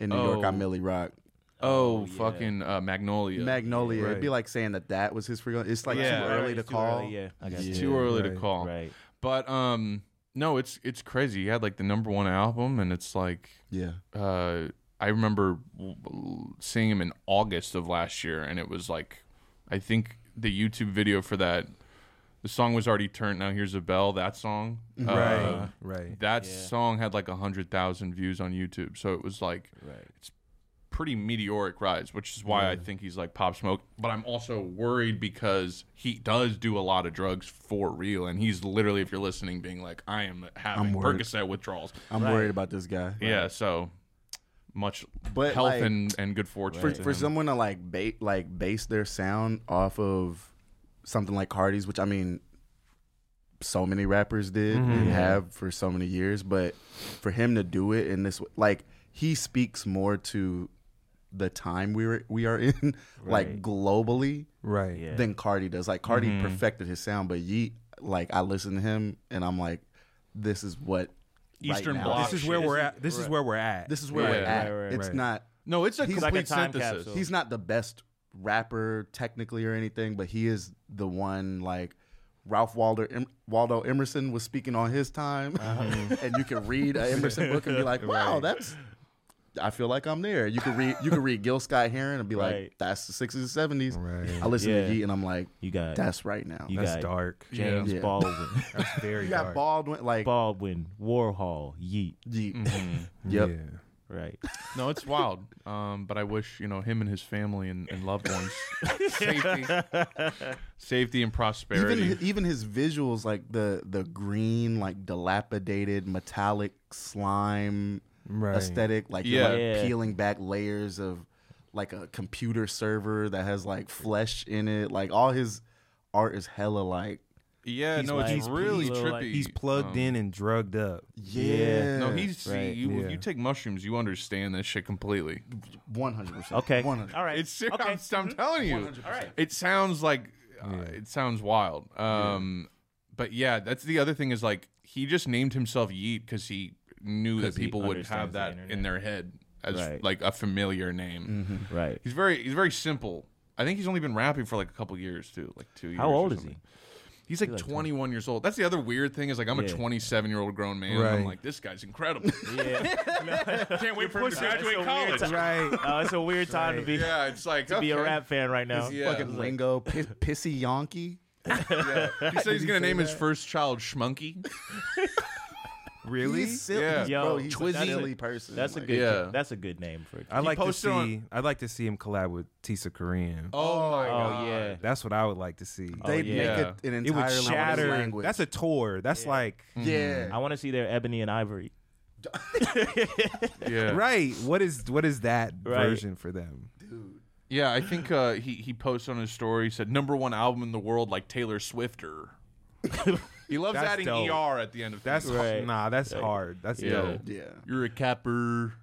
in New York I Oh. Millie Rock Oh, fucking uh, Magnolia. Magnolia it'd be Right. like saying that that was his frequency it's like Yeah. too Right, early It's to too call early, Yeah. I got it's you. too early to right, call. Right. But um, no, it's it's crazy. He had like the number one album, and it's like yeah uh, I remember w- w- seeing him in August of last year, and it was like, I think the YouTube video for that, the song was already turned. Now here's a bell. That song, right, Uh, right. That song had like a hundred thousand views on YouTube, so it was like, it's pretty meteoric rise, which is why I think he's like Pop Smoke. But I'm also worried because he does do a lot of drugs for real, and he's literally, if you're listening, being like, I am having worried. Percocet withdrawals. I'm worried about this guy. Yeah, so much But, health like, and, and good fortune for, to for him. someone to like bait like base their sound off of something like Cardi's, which I mean, so many rappers did and have for so many years, but for him to do it in this like he speaks more to the time we were, we are in, like globally, Right. than Cardi does. Like Cardi perfected his sound, but Yeet, like I listen to him and I'm like, this is what right Eastern now- Bloc This is where shit. we're at. This is where we're at. This is where Right, we're at. right, right, it's right. not No, it's a He's complete like a time synthesis. capsule. he's not the best rapper technically or anything, but he is the one like Ralph Waldo em- Waldo Emerson was speaking on his time, and you can read a Emerson book and be like, "Wow, that's." I feel like I'm there. You could read you could read Gil Scott Heron and be like, Right. "That's the '60s and '70s." Right. I listen Yeah. to Yeet and I'm like, You got "That's right now." you That's got dark. James Yeah. Baldwin, That's very You got dark. Baldwin like Baldwin, Warhol, Yeet. Yeet. Yep. Yeah. Right. No, it's wild. Um, but I wish you know him and his family and, and loved ones safety, safety and prosperity. Even even his visuals, like the the green, like dilapidated metallic slime Right. aesthetic, like you're, Yeah. like, Yeah. peeling back layers of like a computer server that has like flesh in it. Like all his art is hella like yeah, no, like- it's he's really little, trippy. like- He's plugged Um, in and drugged up. yeah, No, he's see, Right, you. yeah. If you take mushrooms, you understand this shit completely. one hundred percent. Okay. one hundred. All right. Mm-hmm. It's serious. I'm, I'm telling you. It sounds like uh, it sounds wild. Um, but yeah, that's the other thing is like he just named himself Yeet because he knew that people would have understands the that in internet. their head as Right. Mm-hmm. like a familiar name. Right. He's very he's very simple. I think he's only been rapping for like a couple years too, like two years. How or old is something. he? He's like 21 years old. That's the other weird thing is like I'm a Yeah. 27 year old grown man. And I'm Right. like this guy's incredible. Can't wait for him to graduate college. Right. Oh, it's a weird time to be Yeah, it's like be a okay. rap fan right now. Yeah. Fucking lingo, piss, pissy Yankee. He said he's gonna name his first child Schmunky. Really? He's silly, Yeah. he's- Yo, bro. He's Twizzy. a silly person. That's a Like, good. Yeah. That's a good name for it. I'd like to see. posted on- I'd like to see him collab with Tisa Korean. Oh my Oh yeah. That's what I would like to see. Oh, They yeah. make it an it would entire shatter. language. That's a tour. That's like yeah. I want to see their Ebony and Ivory. yeah. right. What is what is that Right. version for them? Yeah, I think uh, he he posted on his story said number one album in the world like Taylor Swifter. he loves That's adding dope. er at the end of That's things. hard. nah. That's hard. That's Yeah. dope. Yeah. You're a capper.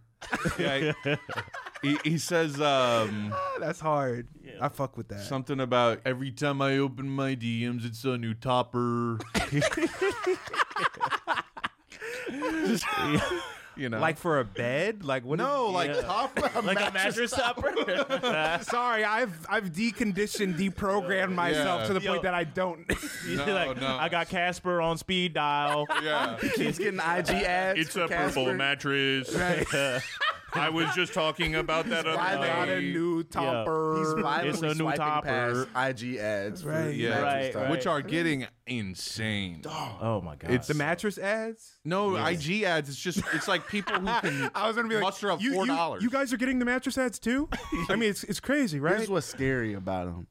yeah, he- he, he says um, Ah, That's hard. I fuck with that. something about every time I open my DMs, it's a new topper. Just- you know, like for a bed? Like what? no, like Yeah. topper. Like a mattress upper. is- sorry, I've I've deconditioned, deprogrammed myself Yeah. to the Yo. point that I don't. Oh, No, like, no. I got Casper on speed dial. yeah. He's getting IG ads. It's for a purple Casper. mattress. I was just talking about that Why they- other day. Got a new topper. He's violently It's a new swiping topper. past IG ads. Right. For Yeah. mattress Right, time. right. which are getting insane. Oh my god. The mattress ads. No, IG ads. It's just it's like people who can I was gonna be like, muster up you, you- four dollars. You, guys are getting the mattress ads too. I mean, it's it's crazy, right? Here's what's scary about them.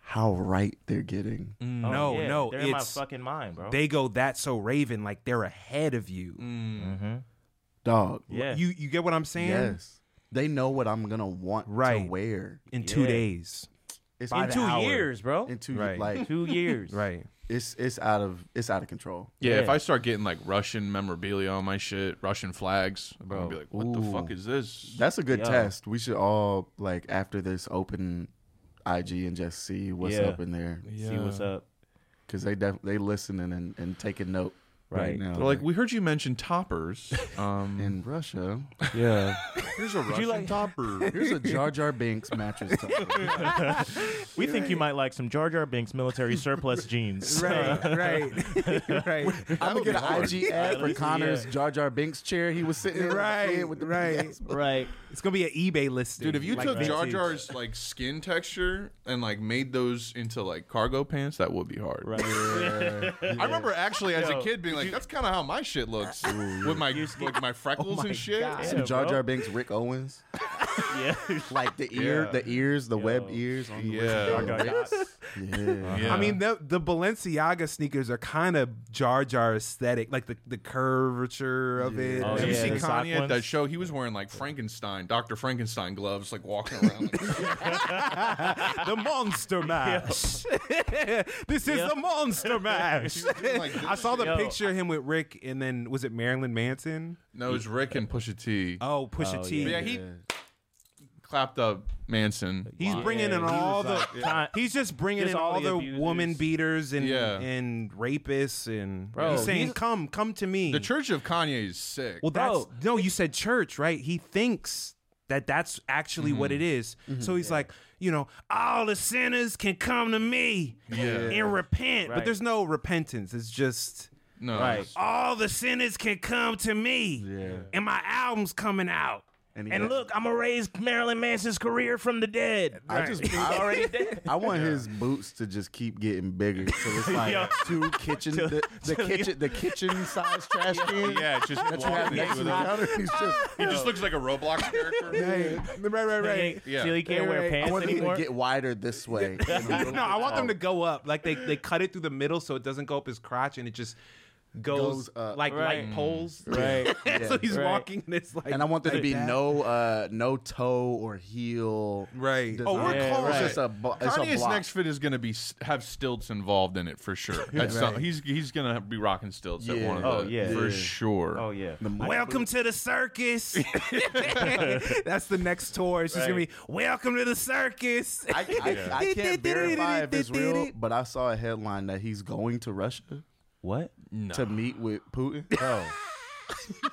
How right they're getting. Mm. Oh, no, yeah. no, They're in my it's- fucking mind, bro. they go that so Raven, like they're ahead of you. Dog. yeah. You you get what I'm saying? Yes. They know what I'm gonna want Right. to wear. In two Yeah. days, It's in the two hour. years, bro. In two Right. like two years. right? it's it's out of it's out of control. yeah, if Yeah. I start getting like Russian memorabilia on my shit, Russian flags, I'm gonna be like, what the Ooh. fuck is this? That's a good Yo. test. We should all like after this open IG and just see what's Yeah. up in there See what's up. because they def- they listening and, and taking note. right? now. They're like, we heard you mention toppers. Um, in Russia, Yeah. here's a Russian like- topper. here's a Jar Jar Binks mattress topper. We think you might like some Jar Jar Binks military surplus jeans. Right, right, right, I'm gonna get an IG ad for Connor's Jar Jar Binks chair he was sitting in right, with the right. right. It's gonna be an eBay listing, Dude, if you like took Jar vintage. Jar's like skin texture and like made those into like cargo pants, that would be hard. Right. I remember actually as a Yo, kid being like, "That's kind of how my shit looks with my like my Oh freckles and shit." some Jar Jar Binks Rick Owens. Yeah. like the ear, Yeah. the ears, the web ears. On the Yeah. wrist. Jar Jar got- yeah. Yeah. I mean, the the Balenciaga sneakers are kind of Jar Jar aesthetic, like the, the curvature of it. Oh, Did you yeah. see The sock Kanye at that ones? show? He was wearing like Frankenstein, Doctor Frankenstein gloves, like walking around. Like, the Monster Mash. this is the Monster Mash. doing like this I saw the shit. Yo. picture of him with Rick, and then was it Marilyn Manson? no, it was Rick and Pusha T. Oh, Pusha T. But yeah, he clapped up Manson. He's bringing in Yeah, he all the. Con- He's just bringing Just in all all the the, abusers. woman beaters and Yeah. and rapists and Bro, he's saying, he's- "Come, come to me." The Church of Kanye is sick. Well, that's Bro. no. You said church, right? He thinks that that's actually what Mm-hmm. it is. So he's like, you know, all the sinners can come to me and repent, but Right. there's no repentance. It's just no, Right. it's- all the sinners can come to me, and my album's coming out. And, he- And look, I'm gonna raise Marilyn Manson's career from the dead. I just I, I want his boots to just keep getting bigger. So it's like two kitchen, the, the kitchen, the kitchen size trash Oh, cans Yeah, it's just that you have walking next to with the a- counter. He's just he just looks like a Roblox character. Right, right, right, right. Yeah. Till he can't wear I pants want them anymore. to get wider this way. no, I want them to go up. Like they, they cut it through the middle so it doesn't go up his crotch and it just goes, Goes up. like Right. like poles. Right. so he's Right. walking and it's like and I want there to like be that. no uh, no toe or heel. Right. design. Oh, we're It's calling just it. a bu- it's a Kanye's block. next fit is going to be s- have stilts involved in it for sure. At some, he's he's going to be rocking stilts at Yeah. one of Oh, the yeah. for Yeah. sure. Oh yeah. The mic- Welcome to the circus. That's the next tour. It's just gonna be Welcome to the circus. I, I, I can't verify if it's real, but I saw a headline that he's going to Russia What? to meet with Putin. Dog.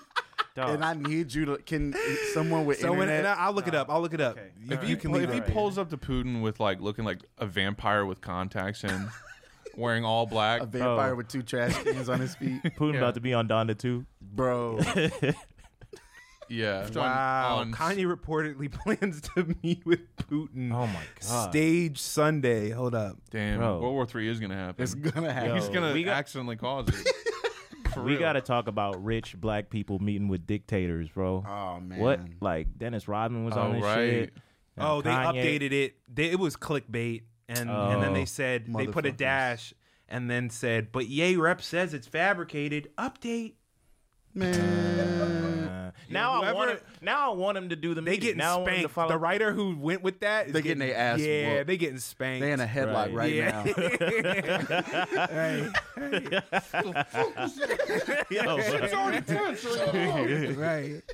And I need you to can someone with So when, and internet. I, will look it up. I'll look it up. You, If, you he, can pull- leave if he it. pulls up to Putin with like looking like a vampire with contacts and wearing all black, a vampire with two trash cans on his feet, Putin Yeah. about to be on Donda too. bro. yeah, Wow. on- on- Kanye reportedly plans to meet with Putin. Oh my god. Stage Sunday. Hold up. damn, Bro. World War Three is going to happen. It's gonna happen. he's going we to got- accidentally cause it. For we real. got to talk about rich black people meeting with dictators, bro. Oh man, what? Like Dennis Rodman was on Oh, this right. shit. and Oh, they Kanye. updated it. They, it was clickbait, and and then Oh. they said they put a Motherfuckers. dash, and then said, "But Yay Rep says it's fabricated." Update. man. uh, Now I whoever- want him, now I want him to do the They meeting. getting now I want him to spanked. follow- The writer who went with that, is They getting their ass Yeah, whooped. they getting spanked. They in a headlock right, yeah. now. right.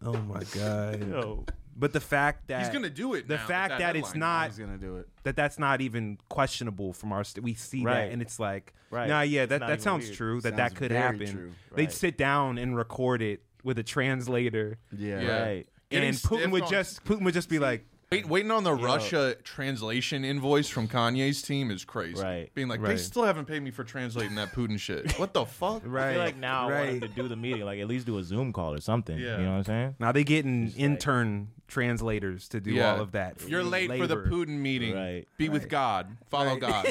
Oh my god. Yo, But the fact that He's gonna do it. the now with fact that, it's headline. not He's gonna do it. that that's not even questionable from our st- we see Right. that and it's like Right. nah yeah that, not that even sounds weird. true that Sounds that could very happen true. they'd sit down and record it with a translator Yeah. Yeah. Right. Getting and Putin stiffed would on- just Putin would just be like Wait, waiting on the Russia translation invoice from Kanye's team is crazy. Right. Being like, they Right. still haven't paid me for translating that Putin shit. What the fuck? right Oh, I feel like now I want him right to Do the meeting, like at least do a Zoom call or something. Yeah. You know what I'm saying? now they getting intern translators to do Yeah. all of that You're Free late for the labor. Putin meeting. Right. Be with God. Follow God.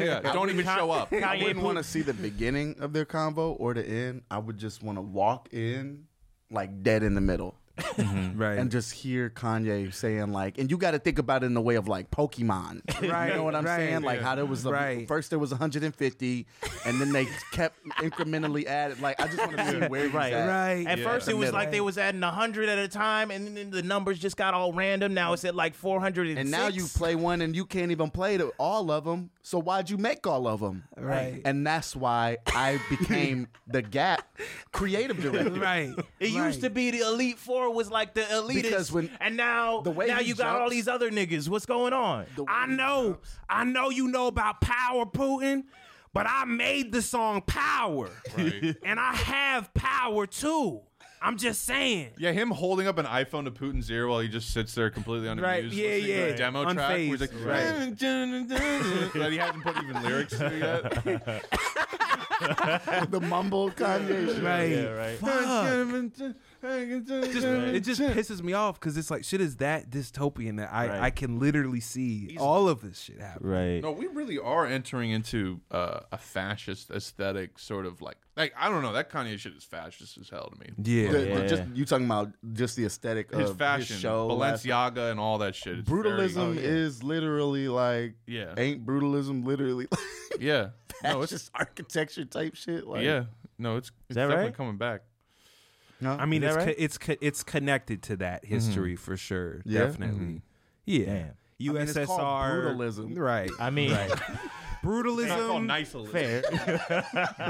Yeah. Don't even show up. I wouldn't want to see the beginning of their convo or the end. I would just want to walk in like dead in the middle Mm-hmm. right and just hear Kanye saying like, and you got to think about it in the way of like Pokemon. You Right, know what I'm right. saying? Like how there was a, Right. first there was 150, and then they kept incrementally added. Like I just want to see where he's Right. at. right At first, it was Middle. like they was adding hundred at a time, and then the numbers just got all random. Now it's at like four hundred and. And now you play one and you can't even play the, all of them. So why'd you make all of them? Right. And that's why I became the Gap creative director. right It used to be the Elite Four was like the elitist, Because when- and now the way now he you got all jumps- these other niggas. What's going on? The way I he know. I know you know about power, Putin, But I made the song Power, Right. and I have power too. I'm just saying. Yeah, him holding up an iPhone to Putin's ear while he just sits there completely unamused. Right, listening yeah, to the yeah. Demo track. Where he's like, Unfazed. that he hasn't put even lyrics to yet. the mumble Kanye shit. Right. right. Fuck. It just pisses me off because it's like shit is that dystopian that I, Right. I can literally see all of this shit happen. Right. No, we really are entering into uh, a fascist aesthetic, sort of like like I don't know. That Kanye shit is fascist as hell to me. Yeah. The- the- Yeah. just you talking about just the aesthetic His of fashion, his show, last- Balenciaga, and all that shit. It's very- oh, brutalism is literally like Yeah. ain't brutalism literally yeah, no, it's it's just architecture type shit like yeah, no, it's, it's that definitely right? coming back. I mean, Is it's that co- it's co- it's connected to that history for sure. Yeah? Definitely. Yeah. Damn. I mean, it's called USSR brutalism. Right. I mean, Brutalism. fair.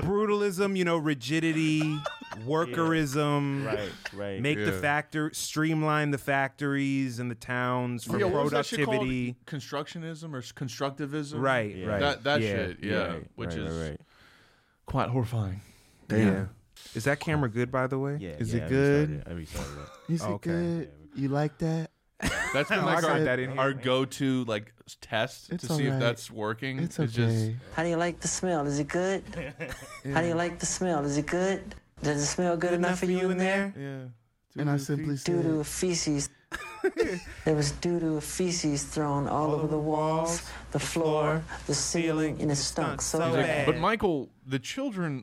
brutalism, you know, rigidity, workerism. right. Right. Make the Yeah. factor streamline the factories and the towns for Yeah, what was that shit called? productivity. constructionism or constructivism, Right, Yeah. right. That that yeah. shit, yeah, right, which right, is right, right. quite horrifying. Damn. Is that camera good by the way? Yeah. Is yeah, it I good? restarted it. I restarted it. is it Okay. good you like that That's been Oh, I like got our, that in here. our go-to like s- test It's to see alright. if that's working. it's okay just How do you like the smell? Is it good? How do you like the smell? Is it good? Does it smell good enough for you in there? yeah. and i simply Doo doo said of feces. there was doo doo of feces thrown all, over the walls, the floor, the ceiling, and it stunk so so bad. bad. But Michael, the children.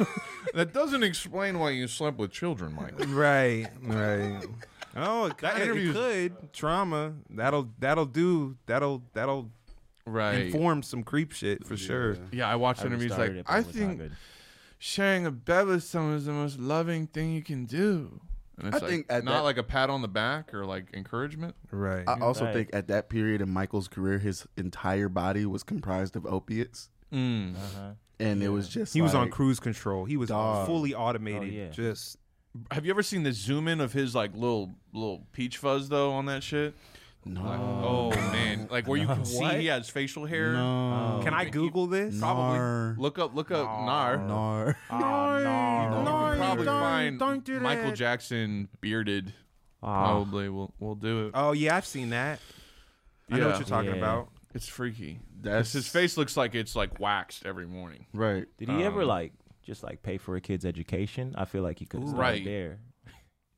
that doesn't explain why you slept with children, Michael. Right, right. Oh, it That kinda- interview's- it could trauma. That'll that'll do. That'll that'll Right. inform some creep shit for sure. yeah, I watched I interviews restarted like it, but I it was not think good. sharing a bed with someone is the most loving thing you can do. And it's I like, think at not that- like a pat on the back or like encouragement. Right. i also Right. think at that period in michael's career his entire body was comprised of opiates Mm. Uh, and it was just he was on like- cruise control. He was Dog. fully automated. Oh, yeah. Just Have you ever seen the zoom in of his like little little peach fuzz though on that shit? No. Like, oh man, like where you can see he has facial hair. no can I Google this? uh, Probably Nar. look up look up Nar. Nar. You Nar, can probably don't- find don't do Michael that. Jackson bearded. Oh. Oh. um, Probably we'll we'll do it. Oh yeah, I've seen that. I know Yeah. what you're talking Yeah. about. It's freaky. That's That's- his face looks like it's like waxed every morning. right Did he ever um, like just like pay for a kid's education? I feel like he could have started Right. there.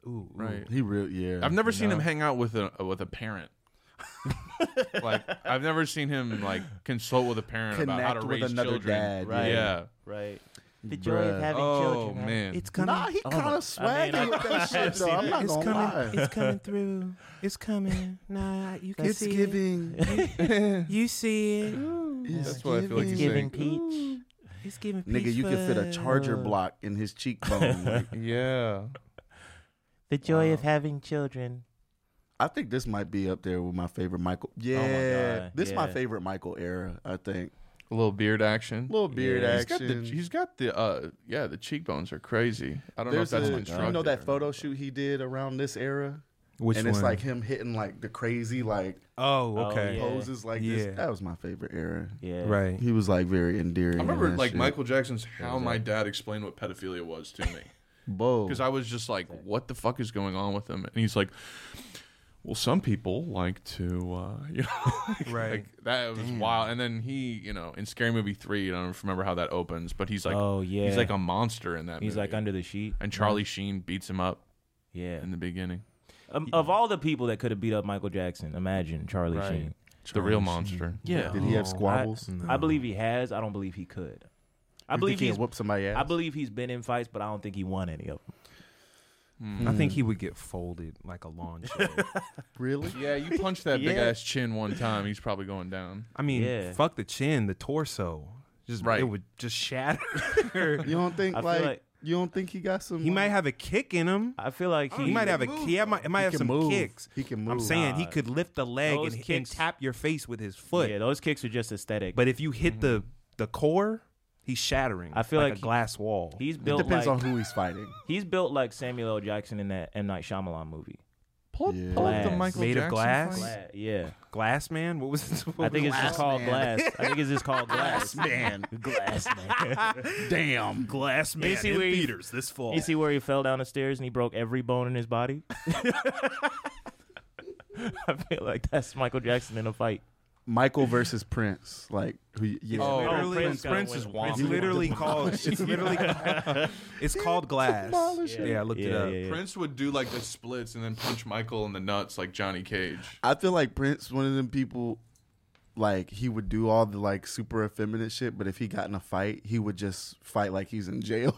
Right. he really yeah I've never seen him hang out with a uh, with a parent. like I've never seen him like consult with a parent about how to Connect with raise another children. dad, Right. Yeah. Right. the joy of having Oh man. nah he kind of swaggy I- with that shit though i'm not gonna lie It's coming through. It's coming. Nah, you can it's giving You see it. Mm. That's what I feel like he's saying. peach. It's giving. Nigga, you can fit a charger block in his cheekbone. Like, Yeah. The joy of having children. I think this might be up there with my favorite Michael. Yeah, God, this is my yeah. favorite Michael era. I think A little beard action. little beard He's got action. the he's got the uh yeah, the cheekbones are crazy. I don't There's know if that's a, constructed. you know that or- photo shoot he did around this era, Which and one? it's like him hitting like the crazy like oh, Oh, okay. yeah. poses like Yeah. this. That was my favorite era. Yeah. Right. He was like very endearing. I in remember that like shit. Michael Jackson's how my dad explained what pedophilia was to me. Bo. because I was just like, "What the fuck is going on with him?" And he's like, "Well, some people like to, uh, you know, Right. like that was wild." And then he, you know, in Scary Movie three, I don't remember how that opens, but he's like, Oh, yeah. he's like a monster in that." He's movie. like under the sheet. and Charlie Sheen beats him up Yeah. in the beginning. Um, of all the people that could have beat up Michael Jackson, imagine Charlie Sheen. the real monster. Yeah. Did he have squabbles? I, I believe he has. I don't believe he could. I mm, You think believe he he's. can whoop somebody ass. I believe he's been in fights, but I don't think he won any of them. Hmm. Mm. I think Mm. he would get folded like a lawn chair. really. Yeah, you punch that big Yeah. ass chin one time, he's probably going down. I mean, Yeah. fuck the chin, the torso. Just Right. it would just shatter. You don't think I feel like, like- you don't think he got some? he might like- have a kick in him. I feel like Oh, He might have a he have, might, might have can some move. kicks. He can I'm move. saying he could lift the leg Those and, and kicks- tap your face with his foot. Yeah, those kicks are just aesthetic. But if you hit Mm-hmm. the the core, he's shattering. I feel like a he- glass wall. he's It built depends like on who he's fighting. he's built like Samuel L. Jackson in that M Night Shyamalan movie. Pull, Yeah. pull up the Glass. Michael Made of Jackson glass? thing. Gla- yeah. Glass Man? What was this? I think it's just Glass called man. glass. I think it's just called glass. man. glass man. Damn. Glass Man see in where you- theaters this fall. you see where he fell down the stairs and he broke every bone in his body? I feel like that's Michael Jackson in a fight. Michael versus Prince. Like who? you- Yeah. Oh, Literally- Prince, Prince got Prince away is with it. womp. It's literally called. It's literally. called- It's called Glass. Yeah, I looked it Yeah, up. yeah, yeah. Prince would do like the splits and then punch Michael in the nuts like Johnny Cage. I feel like Prince, one of them people, like he would do all the like super effeminate shit, but if he got in a fight, he would just fight like he's in jail.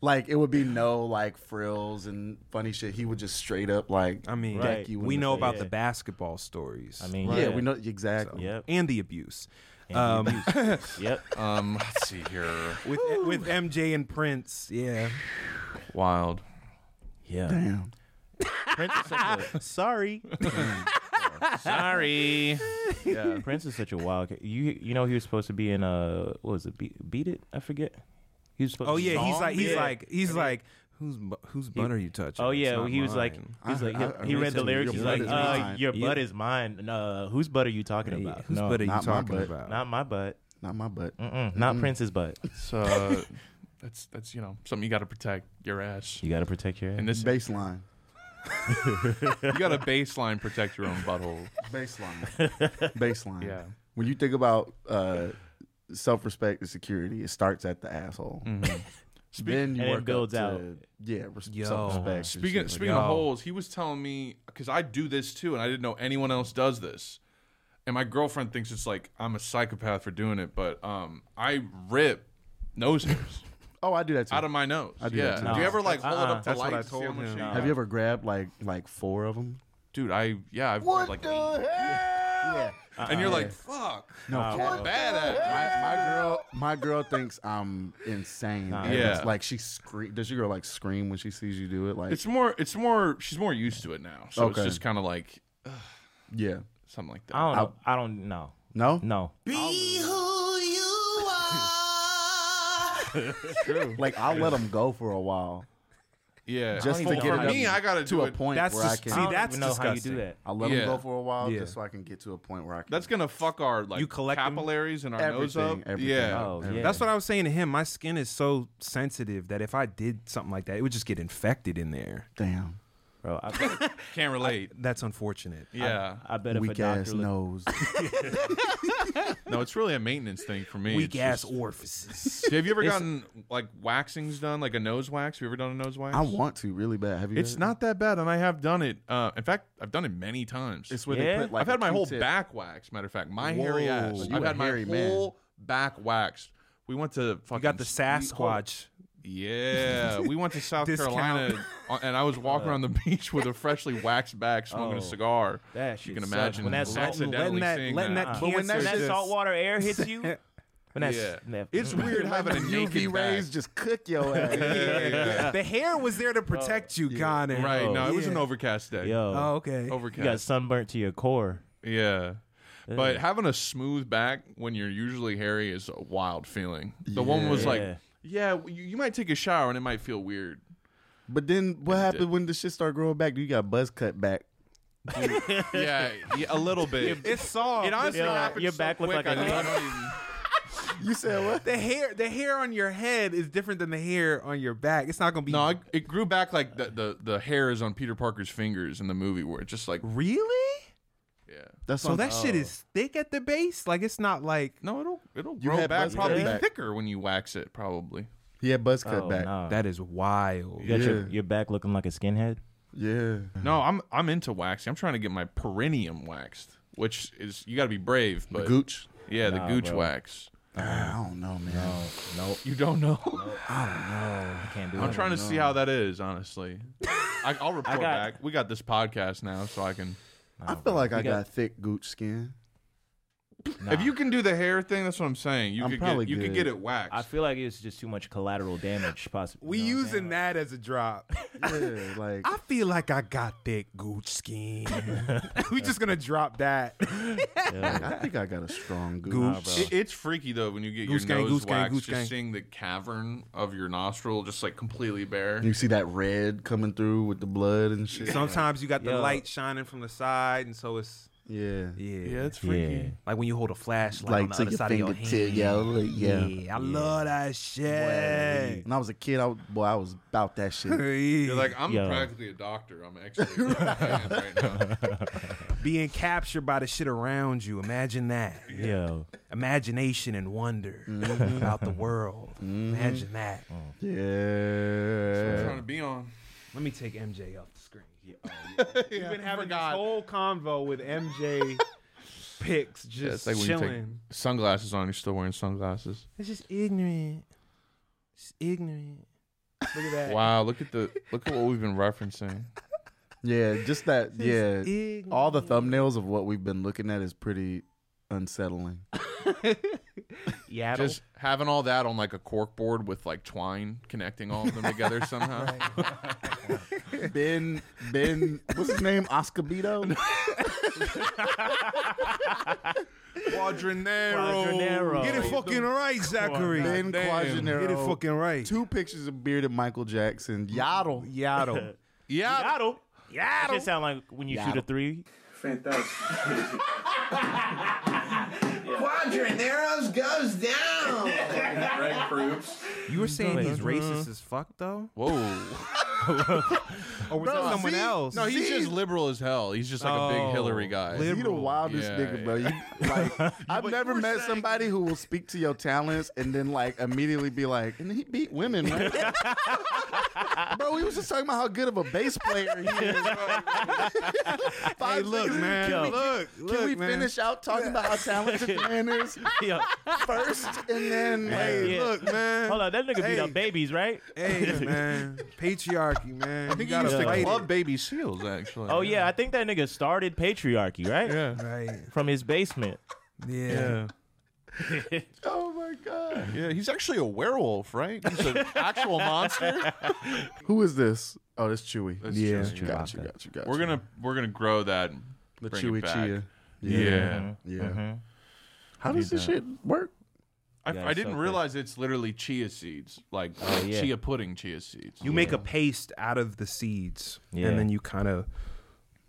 like it would be no like frills and funny shit. He would just straight up like I mean, Right. you in we the know face. about Yeah. the basketball stories. I mean, yeah, yeah. we know exactly. Yep. and the abuse. And the um, abuse. yep. Um, let's see here. with with MJ and Prince. Yeah. Wild. Yeah. Damn. Prince is such a, sorry. sorry. Yeah. Prince is such a wild. ca- You you know he was supposed to be in uh what was it beat, beat it I forget. He was supposed. Oh to be yeah, he's Song? like he's Yeah. like he's like whose bu- whose butt are you touching? Oh It's yeah, not he was like, mine. he was I- like, I- I he read read the some- lyrics. your He's butt like, is uh, mine. your Yeah. butt is mine. Uh, whose butt are you talking Yeah, about? whose No, butt are you not my talking butt. about? not my butt. Not my butt. Mm-mm, not Prince's butt. It's, uh, that's that's you know something you got to protect your ass. You gotta protect your And ass. this Baseline. you got to baseline protect your own butthole. Baseline. Baseline. Yeah. When you think about uh, self respect and security, it starts at the asshole. then you And it work up builds to, out. Yeah, res- Yo. self respect. Speaking speaking of holes, he was telling me because I do this too, and I didn't know anyone else does this. And my girlfriend thinks it's like I'm a psychopath for doing it, but um, I rip nose hairs Oh, I do that too. out of my nose. I do yeah. that too. Do you ever like hold it Uh-uh. up to That's light? what I and see how told much him. you- Have you ever grabbed like like four of them? Dude, I yeah, I've what like eight. Yeah. and Uh-uh. you're like, fuck, No. cat- badass. my, my girl, my girl thinks I'm insane. And it's Yeah. like she scream. Does your girl like scream when she sees you do it? Like, It's more, it's more. She's more used to it now, so Okay. it's just kind of like yeah. something like that. I don't know. I don't know. No. No. Like I'll let them go for a while. yeah, Just to get for it up me, I gotta to do a it. point That's where just- I See, can. I don't that's even know disgusting. how you do that. I'll let them Yeah. go for a while Yeah. just so I can get to a point where I can. That's gonna fuck our like You collect 'em? capillaries and our nose Everything, up. everything. Yeah, Oh yeah. That's what I was saying to him. My skin is so sensitive that if I did something like that, it would just get infected in there. damn bro. I, can't relate. That's unfortunate. yeah, I bet if a weak doctor ass looked nose. no, it's really a maintenance thing for me. Weak It's ass just- orifices. Have you ever gotten like waxings done, like a nose wax? Have you ever done a nose wax? I want to really bad. Have you? It's guys- not that bad, and I have done it. Uh, in fact, I've done it many times. It's where Yeah? they put like I've had a my whole Q-tip. back waxed. Matter of fact, my hairy ass. Whoa. You I've a had my hairy man. whole back waxed. We went to fucking. You got the Sasquatch. Yeah, we went to South Discount. Carolina, uh, and I was walking on the beach with a freshly waxed back, smoking Oh, a cigar. that you shit can sucks. imagine When that salt- accidentally letting that- seeing letting that But when Cancer that, when that just- saltwater air hits you, when that's, Yeah. that- It's mm. weird having a naked UV rays raised. just cook your ass. The hair was there to protect you, Connor. Right? No, it was Yeah. an overcast day. Yo, Oh, okay. you got Overcast. sunburnt to your core. Yeah. But having a smooth back when you're usually hairy is a wild feeling. The one was Yeah. like, yeah, well, you, you might take a shower and it might feel weird. But then what happened when the shit started growing back? You got buzz cut back. Yeah, yeah a little bit. It's soft. it honestly Your- uh, happened your so back looked quick, like a I nut. don't even- You said what? the hair the hair on your head is different than the hair on your back. It's not gonna be No, it, it grew back like the, the the hairs on Peter Parker's fingers in the movie where it just like really? yeah. That's So on- that shit is thick at the base. Like it's not like No, it'll it'll You grow had back buzz probably cut back. thicker when you wax it probably. He had buzz cut Oh, back. nah. that is wild. You got your, Yeah. your back looking like a skinhead. Yeah. No, I'm I'm into waxing. I'm trying to get my perineum waxed, which is you got to be brave, but Gooch. yeah, the Nah, gooch bro. wax. I don't know, man. Nope, You don't know. I can't do it. I'm trying to see how that is, honestly. I, I'll report got- back. We got this podcast now, so I can. I feel like I You got, got- thick Gooch skin. If you can do the hair thing, that's what I'm saying. You I'm could probably get, you could good. get it waxed. I feel like it's just too much collateral damage. Possibly. We using that as a drop. Yeah, like I feel like I got that gooch skin. we just gonna drop that. I think I got a strong gooch. It- it's freaky though when you get Goose your gang, nose goose gang, waxed, goose just gang. seeing the cavern of your nostril just like completely bare. You see that red coming through with the blood and shit. Sometimes you got the Yo. light shining from the side, and so it's Yeah. yeah, it's Yeah. like when you hold a flashlight on Like the to other your side of your fingertip. hand. Yeah, like, yeah. I love that shit. When I was a kid, I was- boy, I was about that shit. You're like, I'm Yo. practically a doctor. I'm actually right now. Being captured by the shit around you. Imagine that. Yo, Imagination and wonder about the world. Imagine that. Yeah. trying to be on. Let me take MJ off the screen. We've Oh, been having this whole convo with MJ pics just chilling. sunglasses on. You're still wearing sunglasses. It's just ignorant. It's ignorant. Look at that. Wow, look at the look at what we've been referencing. Yeah, just that. Yeah. ignorant. All the thumbnails of what we've been looking at is pretty unsettling. yeah, Just having all that on like a cork board with like twine connecting all of them together somehow. Ben, Ben, what's his name? Oscar Beto? Quadranero. Get it fucking right, Zachary. Ben Get Quadranero. it fucking right. Two pictures of bearded Michael Jackson. Yaddle. Yaddle. Yeah, Yaddle. That shit sound like when you shoot a three. You were saying Wait. he's racist as fuck, though? Whoa. Or was that someone else? No, he's just liberal as hell. He's just like a big Oh, Hillary guy. lib- You the wildest Yeah, nigga, bro. You, like, I've never met somebody who will speak to your talents and then like immediately be like, and he beat women, right? bro, we was just talking about how good of a bass player he is. Bro. Five Hey, look, seconds- man. Yo. Look, look, Can we man. finish out talking about how talented the man is Yo, first, and then like, yeah. Look, man. Hold on, that nigga Hey. beat up babies, right? Hey, man. Patriarchy, man. I think you he used gotta to fight club it. baby seals actually. Oh yeah, I think that nigga started patriarchy, right? Yeah. Right. From his basement. Yeah. oh my god, Yeah, he's actually a werewolf, right? He's an actual monster. who is this? Oh, that's Chewy. That's yeah, Chewy. gotcha, gotcha, gotcha. We're gonna we're gonna grow that. and the bring Chewy it back. Chia. Yeah, Mm-hmm. Yeah. How does this shit work? I, Yeah, I it's didn't so good. realize it's literally chia seeds, like yeah. chia pudding, chia seeds. You make a paste out of the seeds, Yeah. and then you kind of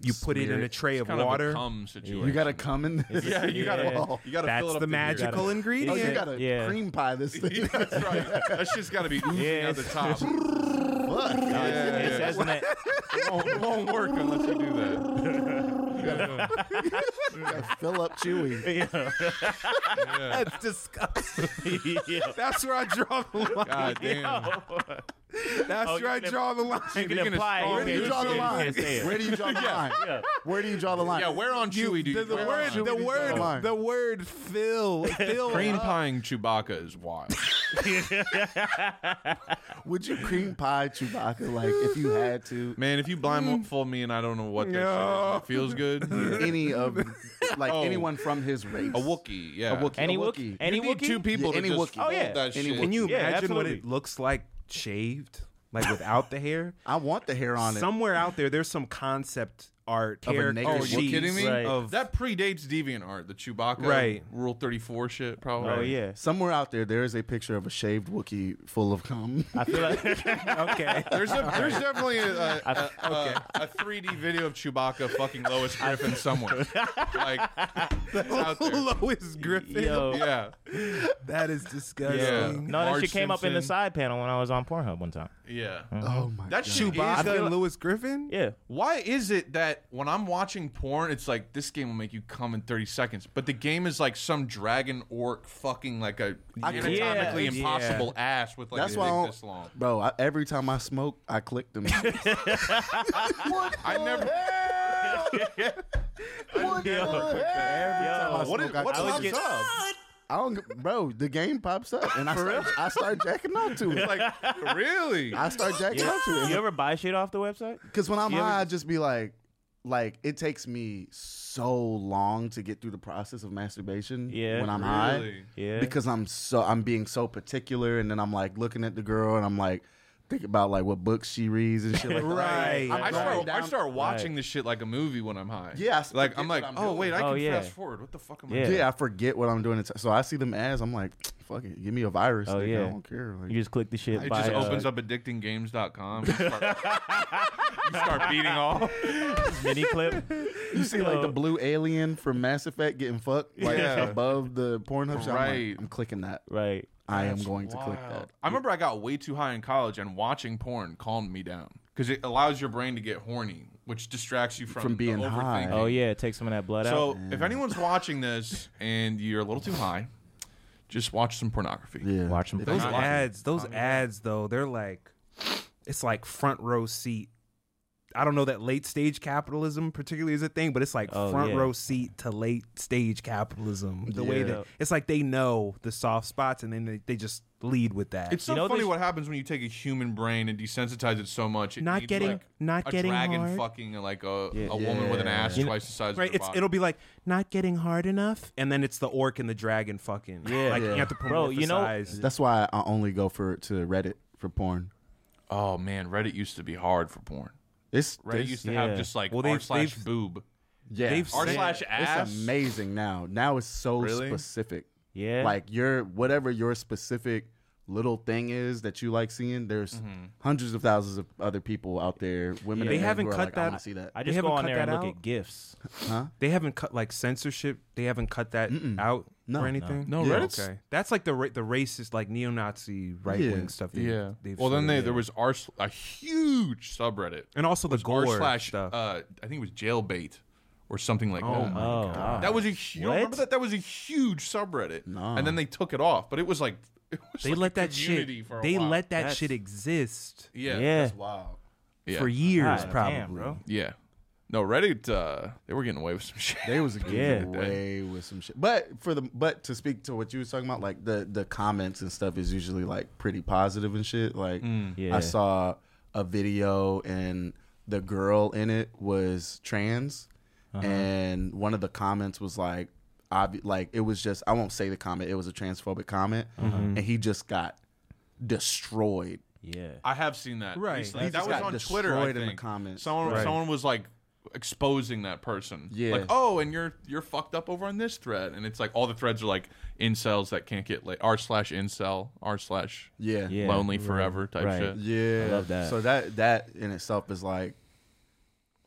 you put it Smear in it. a tray of kind water. of a cum situation. You gotta come in this. yeah, you gotta Yeah. you gotta fill That's it up the to here. magical Gotta- Oh, ingredient. you Yeah. gotta Yeah. cream pie this thing. That's right. That shit's gotta be oozing Yeah, out the it's- top. Fuck. Nah, it's- it's- that's when that- It won't, it won't work unless you do that. Fill up Chewy. That's disgusting. That's where I draw the line. God damn. That's Oh, where I you can- draw the you line. can Speaking of imply. strong, you Where do can't- you draw the you line? can't say it. Where do you draw the line? Where do you draw the line? Yeah, where on Chewy do you? The, the where word, on- the Chewy draw the line? word, the word, fill, fill. Cream up. pieing Chewbacca is wild. Would you cream pie Chewbacca like if you had to? Man, if you blindfold me and I don't know what that shit is, it feels good. Any of like Oh. anyone from his race? A Wookiee, yeah. A Wookiee. Any a Wook- Wookiee. Any You need Wookiee? two people Yeah, to any just Wookiee. hold Oh, yeah. that Any shit. Can you Yeah, imagine what it absolutely. looks like shaved, like without the hair? I want the hair on it. Somewhere out there, there's some concept art Of a character naked Oh, Oh, are you sheets kidding me? Right. of That predates DeviantArt, the Chewbacca Right. Rule 34 shit, probably. Oh yeah. Somewhere out there, there is a picture of a shaved Wookiee full of cum. I feel like okay. There's, a, there's definitely a, a, a, a, a 3D video of Chewbacca fucking Lois Griffin somewhere. like, it's out there. Lois Griffin. Yo. Yeah. That is disgusting. No, that Marge shit came up in the Simpson. side panel when I was on Pornhub one time. Yeah. Oh my That god. shit is Chewbacca and Lois Griffin. Yeah. Why is it that when I'm watching porn, it's like this game will make you come in 30 seconds, but the game is like some dragon orc fucking like a anatomically Yeah. impossible ass with like That's a why, I dick don't- this long? bro. I, every time I smoke, I click them. I never. Yo, What, smoke, is, I what click pops them. get- up? I don't, g- bro. The game pops up, and I start, I start jacking off to it. Like, really? I start jacking off to you it ever buy shit off the website? because when I'm high, I just be like, like it takes me so long to get through the process of masturbation Yeah. when I'm high Really? Yeah. because I'm so I'm being so particular and then I'm like looking at the girl and I'm like think about like what books she reads and shit like that. Right. I'm I going start, I down- start watching this shit like a movie when I'm high. Yeah, I s- like forget I'm like, what I'm oh doing. wait, I Oh, can yeah. fast forward. What the fuck am I? Yeah. doing? yeah, I forget what I'm doing. It's- So I see them as I'm like, fuck it, give me a virus. Oh, nigga, yeah. I don't care. Like, You just click the shit. It by, just uh, opens up addictinggames.com. You start, you start beating off. mini clip. You see like the blue alien from Mass Effect getting fucked like Yeah. above the Pornhub shop. I'm, Right. like, I'm clicking that. Right. I am going to click Wild. that. I remember I got way too high in college, and watching porn calmed me down because it allows your brain to get horny, which distracts you from, From the being high. overthinking. Oh yeah, take some of that blood So out. if anyone's watching this and you're a little too high, just watch some pornography. Yeah. Watch them. Those Not- ads, those ads though, they're like it's like front row seat. I don't know that late stage capitalism particularly is a thing, but it's like Oh, front yeah. row seat to late stage capitalism. The way Yeah. that it's like they know the soft spots and then they, they just lead with that. It's so You know funny this- what happens when you take a human brain and desensitize it so much. It Not needs, getting- like, not a getting dragon hard. fucking like a, a woman with an ass You know- twice the size right, of your it's body. it'll be like not getting hard enough, and then it's the orc and the dragon fucking. Yeah. like Yeah. you have to Bro, you know- anthropomorphize. That's why I only go for to Reddit for porn. oh man, Reddit used to be hard for porn. It's Reddit it's- used to yeah. have just like Well, r they've- slash they've- boob. yeah. they've R They- slash ass. It's amazing now. Now it's so Really? specific. Yeah. Like your whatever your specific little thing is that you like seeing. There's hundreds of thousands of other people out there, women. Mm-hmm. They and men haven't who are cut like, I wanna that- see that. I They just go haven't on cut there and that look out? at gifs. They haven't cut like censorship. They haven't cut that out No. or anything. No, Yeah. Reddit's Okay, that's like the ra- the racist, like neo-Nazi right-wing Yeah. stuff. They, Yeah. they've Well, then started they, doing. there was r sl- a huge subreddit. and also the gore R slash stuff. uh, I think it was jailbait or something like that. my Oh. That was a hu- you don't remember What? that that was a huge subreddit. And then they took it off, but it was like it was they like a let that community shit. For a They while. let that That's- shit exist yeah yeah. wow. yeah. for years, God probably. damn, bro. yeah. No, Reddit uh, they were getting away with some shit. They was Yeah. getting away with some shit. But for the but to speak to what you was talking about, like the the comments and stuff is usually like pretty positive and shit. Like Mm. Yeah. I saw a video and the girl in it was trans, Uh-huh. and one of the comments was like, obvi- like it was just I won't say the comment. It was a transphobic comment, Uh-huh. and he just got destroyed. Yeah. I have seen that. Right. recently. He That just was got on Twitter. I destroyed think. in the comments. Someone Right. someone was like exposing that person. Yeah. Like, oh, and you're you're fucked up over on this thread, and it's like all the threads are like incels that can't get laid. R slash incel. R slash Yeah, Yeah. lonely forever type Right. shit. Yeah, I love that. So that that in itself is like,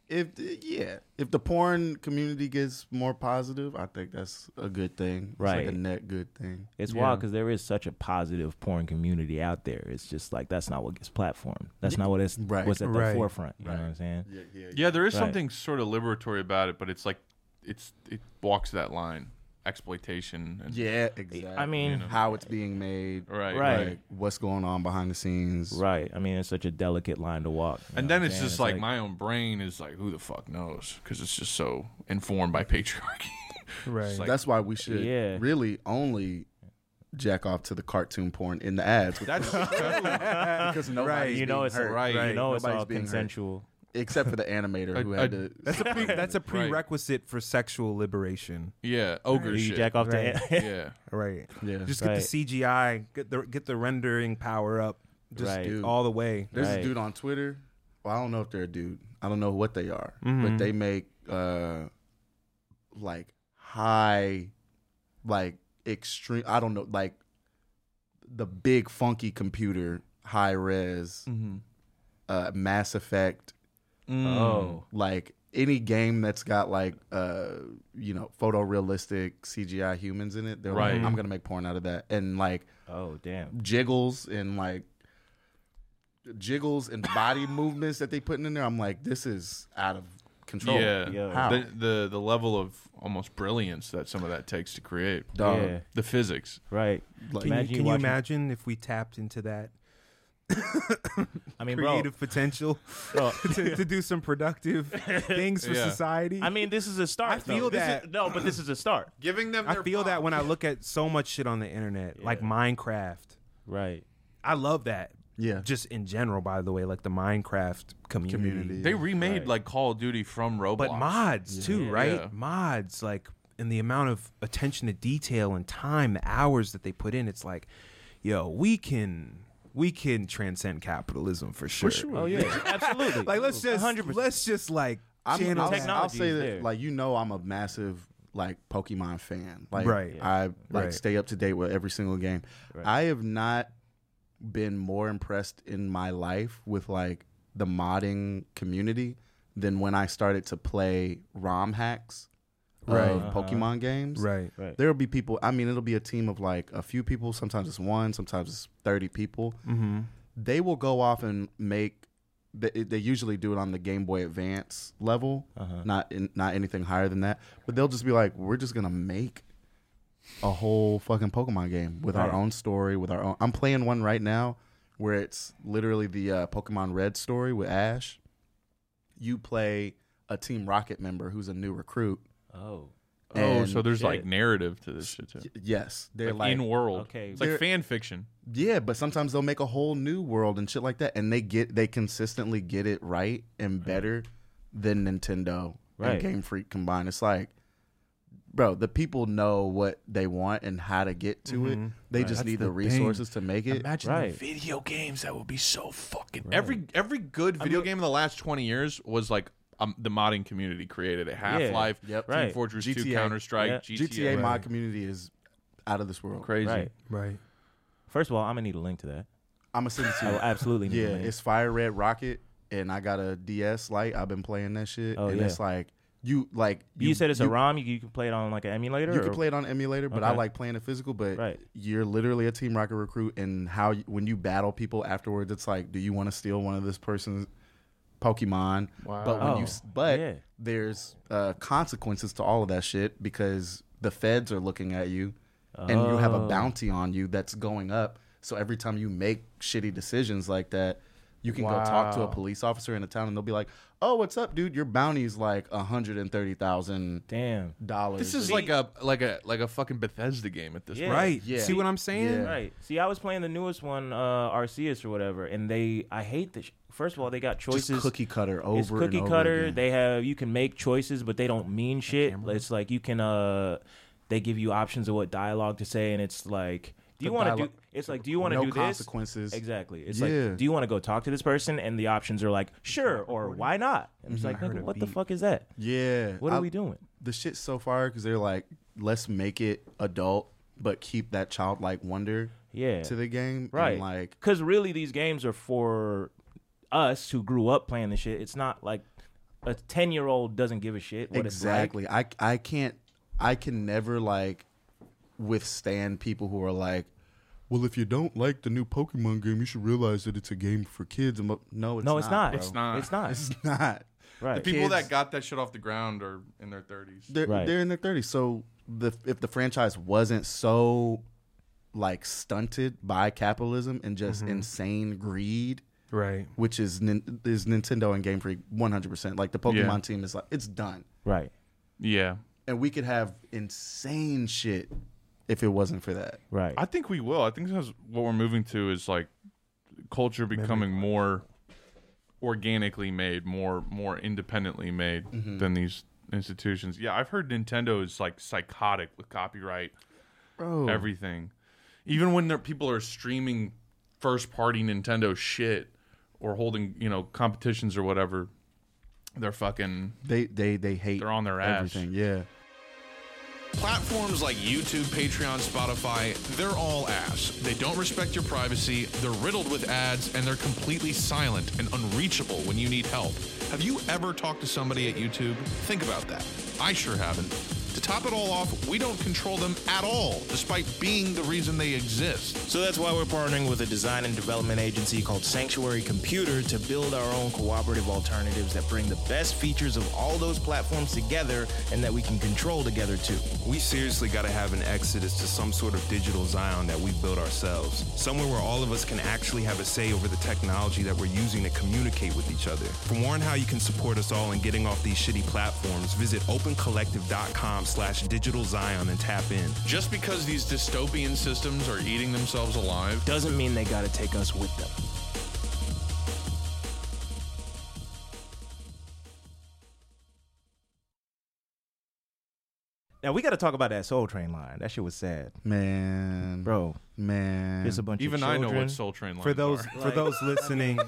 if the- yeah, if the porn community gets more positive, I think that's a good thing. it's Right. like a net good thing. It's wild because there is such a positive porn community out there. It's just like that's not what gets platformed. That's not what it's Right. what's at the Right. forefront. You know what I'm saying? Yeah, yeah, Yeah, there is Right. something sort of liberatory about it, but it's like it's it walks that line exploitation. And, yeah. Exactly. I mean, how it's being made, Right. Right. Like what's going on behind the scenes, right. I mean, it's such a delicate line to walk. you And know then what I'm it's saying? just like, my own brain is like, who the fuck knows? Because it's just so informed by patriarchy. Right. It's like- That's why we should Yeah. really only jack off to the cartoon porn in the ads that's true. because nobody's Right. you know, being it's hurt, Right. You know, it's Nobody's all being hurt. consensual. except for the animator who I- had I- to That's a pre- that's a prerequisite for sexual liberation. yeah, ogre You shit. jack off to Right. yeah, Right. yeah Just get Right. the CGI, get the get the rendering power up, just Right. Dude. all the way. There's Right. a dude on Twitter. Well, I don't know if they're a dude. I don't know what they are, but they make uh like high, like extreme. I don't know, like the big funky computer, high res, Mm-hmm. uh, Mass Effect, Oh, like any game that's got like uh you know photorealistic CGI humans in it. They're Right. like, I'm gonna make porn out of that, and like oh, damn. jiggles and like jiggles and body movements that they putting in there. I'm like, this is out of control. yeah. Yo. How? The, the the level of almost brilliance that some of that takes to create Dog. Yeah, the physics. right. Like- Can you, Can imagine can you watching- imagine if we tapped into that I mean, bro. creative potential bro, to, to do some productive things for Yeah. society? I mean, this is a start. I feel though. This that- is- no, but this is a start. Giving them, I feel that when I look at so much shit on the internet, like Minecraft. Right. I love that. Yeah. Just in general, by the way, like the Minecraft community. Community. They remade like Call of Duty from Roblox. But mods too, right? Yeah. Mods, like, and the amount of attention to detail and time, the hours that they put in, it's like, yo, we can we can transcend capitalism for sure. Oh yeah, absolutely. Like let's just let's just like I'm, channel I'll, that. I'll say is that, there. like you know, I'm a massive like Pokemon fan. Like Right. I like Right. stay up to date with every single game. I have not been more impressed in my life with like the modding community than when I started to play ROM hacks of Pokemon games. Right. There will be people. I mean, it'll be a team of like a few people. Sometimes it's one. Sometimes it's thirty people. Mm-hmm. They will go off and make. They, they usually do it on the Game Boy Advance level, Uh-huh. not in, not anything higher than that. But they'll just be like, "We're just gonna make a whole fucking Pokemon game with our own story, with our own." I'm playing one right now where it's literally the uh, Pokemon Red story with Ash. You play a Team Rocket member who's a new recruit. oh, Oh, so and- there's like narrative to this shit too. Y- yes, they're Like, like in world. okay. It's like They're- fan fiction. Yeah, but sometimes they'll make a whole new world and shit like that, and they get they consistently get it right and better than Nintendo Right. and Game Freak combined. It's like, bro, the people know what they want and how to get to Mm-hmm. it. They just need the, resources to make it. Imagine Right. video games that would be so fucking. Every every good video game in the last twenty years was like um, the modding community created it. Half Life, Yep. Team Right. Fortress Two, GTA. Counter Strike, Yeah. GTA, GTA mod community is out of this world. crazy. right. Right. First of all, I'm gonna need a link to that. I'm gonna send it to Oh, I you. will absolutely need yeah, a link. it's Fire Red Rocket, and I got a DS Lite. I've been playing that shit, Oh, and yeah. it's like you like you, said it's you- a ROM. You, you can play it on like an emulator. You can or- play it on emulator, but I Okay. like playing it physical. But Right. you're literally a Team Rocket recruit, and how you, when you battle people afterwards, it's like, do you want to steal one of this person's Pokemon? Wow. But when you, s- Oh, but yeah. there's uh, consequences to all of that shit because the feds are looking at you, and you have a bounty on you that's going up. So every time you make shitty decisions like that. You can go talk to a police officer in a town, and they'll be like, "Oh, what's up, dude? Your bounty's like a hundred and thirty thousand Damn. dollars." This is like a like a like a fucking Bethesda game at this Yeah. point. Right. Yeah. See what I'm saying? Yeah. Right. See, I was playing the newest one, uh, Arceus or whatever, and they. I hate the. Sh- First of all, they got choices. just cookie cutter over it's cookie and over cutter. again. They have you can make choices, but they don't mean shit. It's like you can. uh They give you options of what dialogue to say, and it's like, do you The want to do? dialogue- It's like, do you want to no do this? consequences. Exactly. It's Yeah. like, do you want to go talk to this person? And the options are like, sure, or why not? And Mm-hmm. it's like, nigga, what the fuck is that? yeah. What are I- we doing? The shit's so far because they're like, let's make it adult, but keep that childlike wonder Yeah. to the game. right And like, because really these games are for us who grew up playing this shit it's not like a 10 year old doesn't give a shit what exactly. I I can't. I can never like withstand people who are like. Well, if you don't like the new Pokemon game, you should realize that it's a game for kids. I'm like, no, it's it's like no it's not, bro. it's not. it's not It's not. right The People Kids- that got that shit off the ground are in their thirties. they're Right. they're in their thirties. So the if the franchise wasn't so like stunted by capitalism and just Mm-hmm. insane greed, Right. which is nin- is Nintendo and Game Freak one hundred percent. Like the Pokemon Yeah. team is like it's done, right Yeah. and we could have insane shit if it wasn't for that. right I think we will. I think that's what we're moving to is like culture becoming more organically made, more more independently made than these institutions. Yeah, I've heard Nintendo is like psychotic with copyright, Bro. everything. Even when their people are streaming first party Nintendo shit or holding, you know, competitions or whatever, they're fucking They they they hate they're on their ass. everything. Yeah. Platforms like YouTube, Patreon, Spotify, they're all ass. They don't respect your privacy, they're riddled with ads, and they're completely silent and unreachable when you need help. Have you ever talked to somebody at YouTube? Think about that. I sure haven't. To top it all off, we don't control them at all, despite being the reason they exist. So that's why we're partnering with a design and development agency called Sanctuary Computer to build our own cooperative alternatives that bring the best features of all those platforms together and that we can control together too. We seriously got to have an exodus to some sort of digital Zion that we build ourselves. Somewhere where all of us can actually have a say over the technology that we're using to communicate with each other. For more on how you can support us all in getting off these shitty platforms, visit opencollective.com slash digital Zion and tap in. Just because these dystopian systems are eating themselves alive Doesn't mean they gotta take us with them. Now we got to talk about that Soul Train line. That shit was sad. Man, bro, man, There's a bunch Even of I know children. what Soul Train for lines those are. for Like, those listening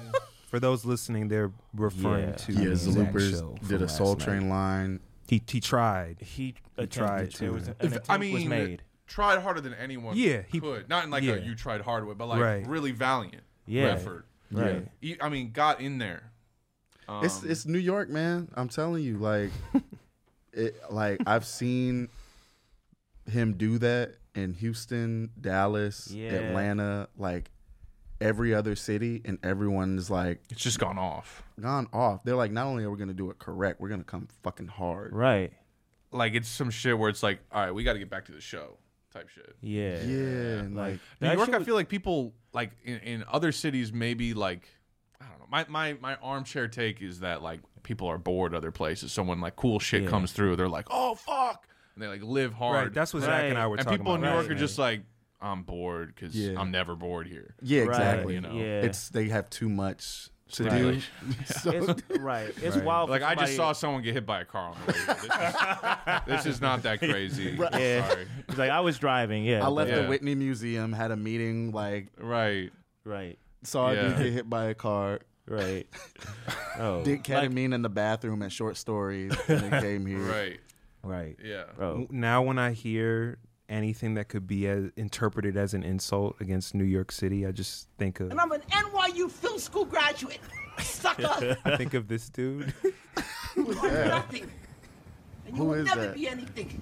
for those listening they're referring Yeah. to Yeah, the exact show Zaloopers from did a last Soul night. Train line. he he tried He he tried attempted to to. It was an If- attempt I was mean, made. tried harder than anyone. Yeah, he- he could not in like yeah. a you tried hard way, but like Right. really valiant Yeah. effort. Right. E- I mean, got in there. Um, it's it's New York, man. I'm telling you, like, it like I've seen him do that in Houston, Dallas, Yeah. Atlanta, like every other city, and everyone is like it's just gone off. gone off. They're like, not only are we gonna do it correct, we're gonna come fucking hard. Right. Like it's some shit where it's like, all right, we got to get back to the show type shit. Yeah. Yeah, and like New That York, shit I feel like people like in, in other cities maybe like I don't know. My, my my armchair take is that like people are bored other places. Someone like cool shit Yeah. comes through, they're like, oh fuck, and they like live hard. right that's what Zach and I were and talking people in about New York last are just like, I'm bored because Yeah. I'm never bored here. yeah, Right, exactly. you know. Yeah. It's they have too much to Right. do. Like- So- It's, right. It's Right. wild. for Like I just saw somebody- someone get hit by a car. On the way. here. This, is, this is not that crazy. Yeah. Sorry. It's like I was driving. Yeah. I left Yeah. the Whitney Museum, had a meeting, like Right. Right. saw a dude Yeah. get hit by a car. Right. Oh. Did ketamine in the bathroom at Short Stories and then came here. Right. Right. Yeah. Bro. now when I hear anything that could be as, interpreted as an insult against New York City I just think of And I'm an NYU film school graduate. Sucker. I think of this dude You are nothing. And you Who will is never that? be anything.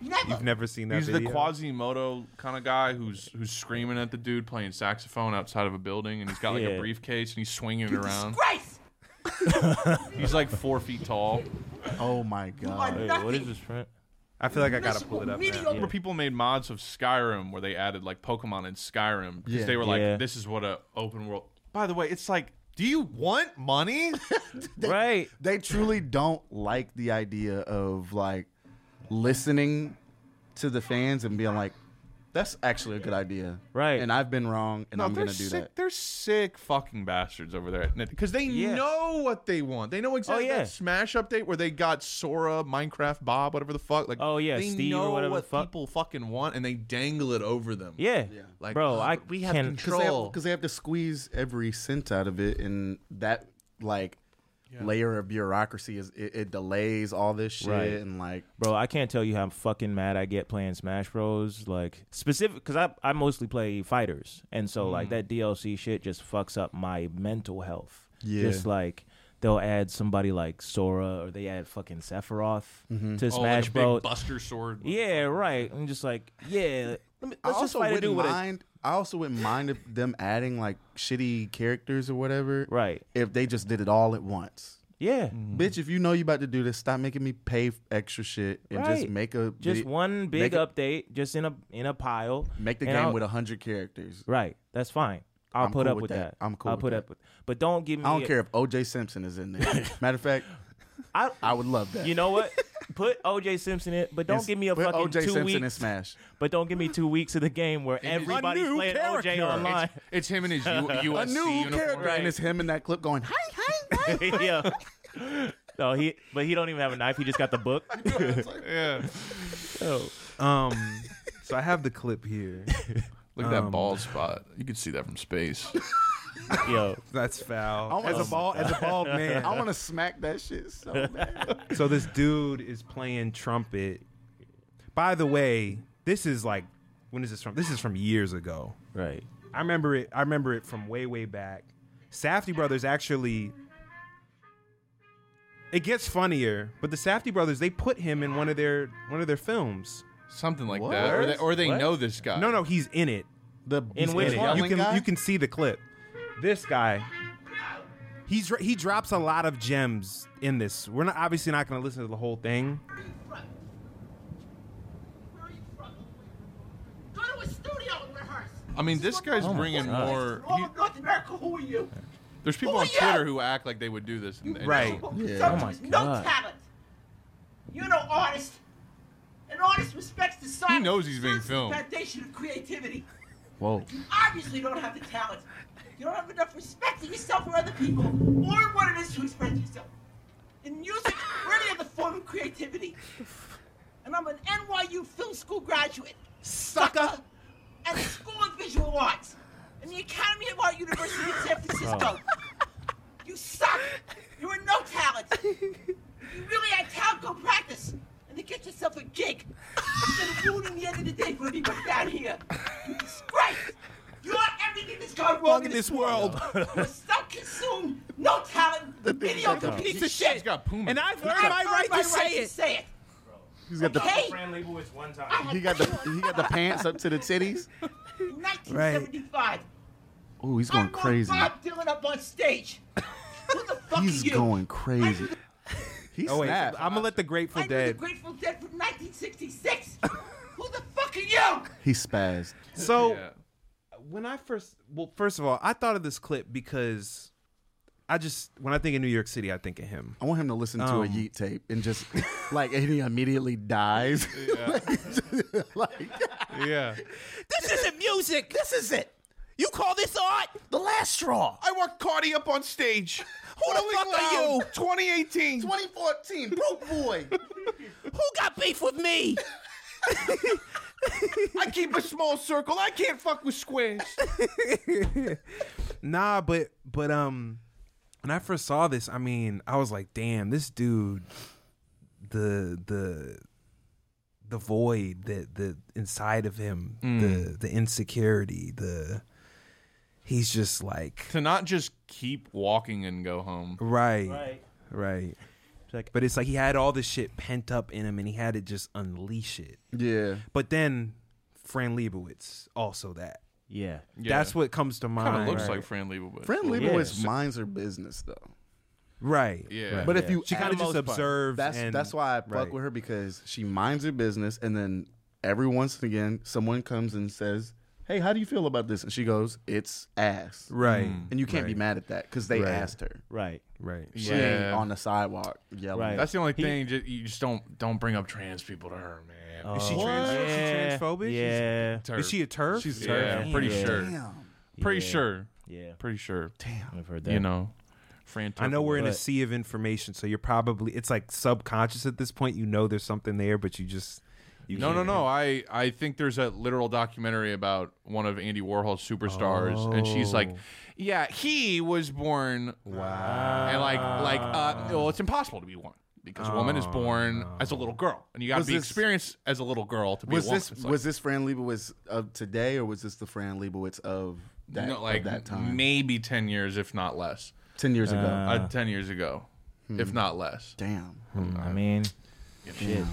You never. you've never seen that He's video the Quasimodo kind of guy who's who's screaming at the dude playing saxophone outside of a building, and he's got like Yeah. a briefcase and he's swinging it around. Grace. He's like four feet tall. Oh my god. Wait, what is this friend? I feel like I gotta pull it up now. Remember, people made mods of Skyrim where they added like Pokemon in Skyrim because Yeah. they were like, Yeah. "This is what a open world." By the way, it's like, do you want money? Right. They truly don't like the idea of like listening to the fans and being like, that's actually a good idea. Right. And I've been wrong and I'm they're going to do sick. that. They're sick fucking bastards over there because they Yeah. Oh, know what they want. They know exactly yeah. that Smash update where they got Sora, Minecraft, Bob, whatever the fuck. Like, Oh, yeah, they Steve or know whatever the what fuck. people fucking want, and they dangle it over them. Yeah. Like, bro, oh, I we have can, control. Because they, have- Troll. 'cause they have to squeeze every cent out of it. And that like layer of bureaucracy is, it, it delays all this shit. Right. And like, Bro, I can't tell you how fucking mad I get playing Smash Bros. Like specific, because I I mostly play fighters, and so like Mm. that DLC shit just fucks up my mental health. Yeah. just like they'll add somebody like Sora or they add fucking Sephiroth Mm-hmm. to Oh, like a Smash big Bros. Buster Sword. yeah, right. I'm just like, yeah. Let me, I let's just also fight a wouldn't dude with a mind. I also wouldn't mind if them adding like shitty characters or whatever. Right. Mm-hmm. If they just did it all at once. Yeah. Mm. Bitch, if you know you about to do this, stop making me pay f- extra shit and just Right. make a Just vid- one big make a- update, just in a in a pile. Make the and game I'll- with hundred characters. Right. That's fine. I'll I'm put cool up with with that. that. I'm cool I'll with put that. up with. But don't give me. I don't a- care if OJ Simpson is in there. Matter of fact, I, I would love that. You know what? Put OJ Simpson in, but don't And give me a put fucking OJ two Simpson weeks. in Smash. But don't give me two weeks of the game where everybody's playing OJ online. It's, it's him and his U- USC A new uniform. character, and it's him in that clip going, "Hi, hi, hi." yeah. No, he. But he don't even have a knife. He just got the book. Yeah. Oh. um so I have the clip here Look at that bald spot. You can see that from space. Yo. that's foul wanna- as a ball as a bald man I want to smack that shit so bad. So this dude is playing trumpet. By the way, this is like when is this from? This is from years ago. Right. I remember it. I remember it from way way back. Safety Brothers actually. It gets funnier, but the Safety Brothers they put him in one of their one of their films. Something like that. Or they, or they know this guy. No, no, he's in it. The In which In it. one? You Yelling can guy? you can see the clip. This guy. He's he drops a lot of gems in this. We're not obviously not going to listen to the whole thing. Where are you from? Go to a studio and rehearse. I mean, this guy's bringing God. more. All he- of North America, who are you? there's people Oh, on yeah. Twitter who act like they would do this. And, and Right. So, Oh my no God. talent. You're no artist. An artist respects the silence. knows he's being serves as the filmed. Foundation of creativity. Whoa. You obviously don't have the talent. You don't have enough respect for yourself or other people, or what it is to express yourself. In music, or any other form of creativity. An and I'm an NYU film school graduate. Sucker! And the School of Visual Arts. And the Academy of Art University in Oh. San Francisco. You suck! You are no talent! You really had talent, go practice! And then get yourself a gig! Instead of ruining the end of the day for everybody down here! You disgrace! You're everything that's gone wrong in this world! You are self-consumed, no talent, mediocre piece of shit! got Puma. And I've earned my right to say it! Say it! He's got the Hey! Fran Lebowitz one time. he got the he got the pants up to the titties. In 1975, Oh, he's going crazy. Bob Dylan up on stage! He's going crazy. He oh, wait, snapped. I'm gonna let the Grateful Dead. Grateful Dead from 1966! Who the fuck are you? He spazzed. So when I first, well, first of all, I thought of this clip because I just when I think of New York City, I think of him. I want him to listen to a Um, Yeet tape and just like and he immediately dies. yeah. This isn't music. This is it. You call this art? The last straw. I want Cardi up on stage. Who the fuck are you? 2018. 2014. Broke boy. Who got beef with me? I keep a small circle. I can't fuck with squares. nah, but but um, when I first saw this, I mean, I was like, damn, this dude, the the the void that the inside of him, Mm. the the insecurity, the he's just like to not just keep walking and go home. Right. Right. Right. but it's like he had all this shit pent up in him and he had to just unleash it. Yeah. But then Fran Lebowitz, also that. Yeah. That's what comes to mind. Kind of looks like Fran Lebowitz. Fran a little Lebowitz bit. minds her business though. Right. Yeah. Mm. But if you She kinda add- just observes That's and- that's why I fuck right. with her because she minds her business, and then every once and again, someone comes and says, "Hey, how do you feel about this?" And she goes, "It's ass." Right. Mm. And you can't be Right. mad at that because they Right. asked her. Right. Right. She Yeah. ain't on the sidewalk yelling. That's the only thing. ju- you just don't don't bring up trans people to her, man. Is she, trans- is she Oh, Yeah. transphobic? She's- Yeah. Is she a turf? She's a turf. Yeah, I'm pretty Damn. sure. Pretty Yeah. sure. Yeah. Pretty sure. Damn. I've heard You that. know, Fran. I know we're in a But- sea of information, so you're probably it's like subconscious at this point. You know there's something there, but you just you no, no, can't. no. Oh, I, I think there's a literal documentary about one of Andy Warhol's superstars, and she's like, Oh. "Yeah, he was born." Wow. And like, like, uh, well, it's impossible to be one because a woman is Oh, born as a little girl, and you got to Was be this- experienced as a little girl to be was a woman. this It's like- was this Fran Lebowitz of today, or was this the Fran Lebowitz of that no, like of that time? maybe ten years, if not less. 10 years ago. uh, ten years ago, Hmm. if not less. Damn. I mean, shit.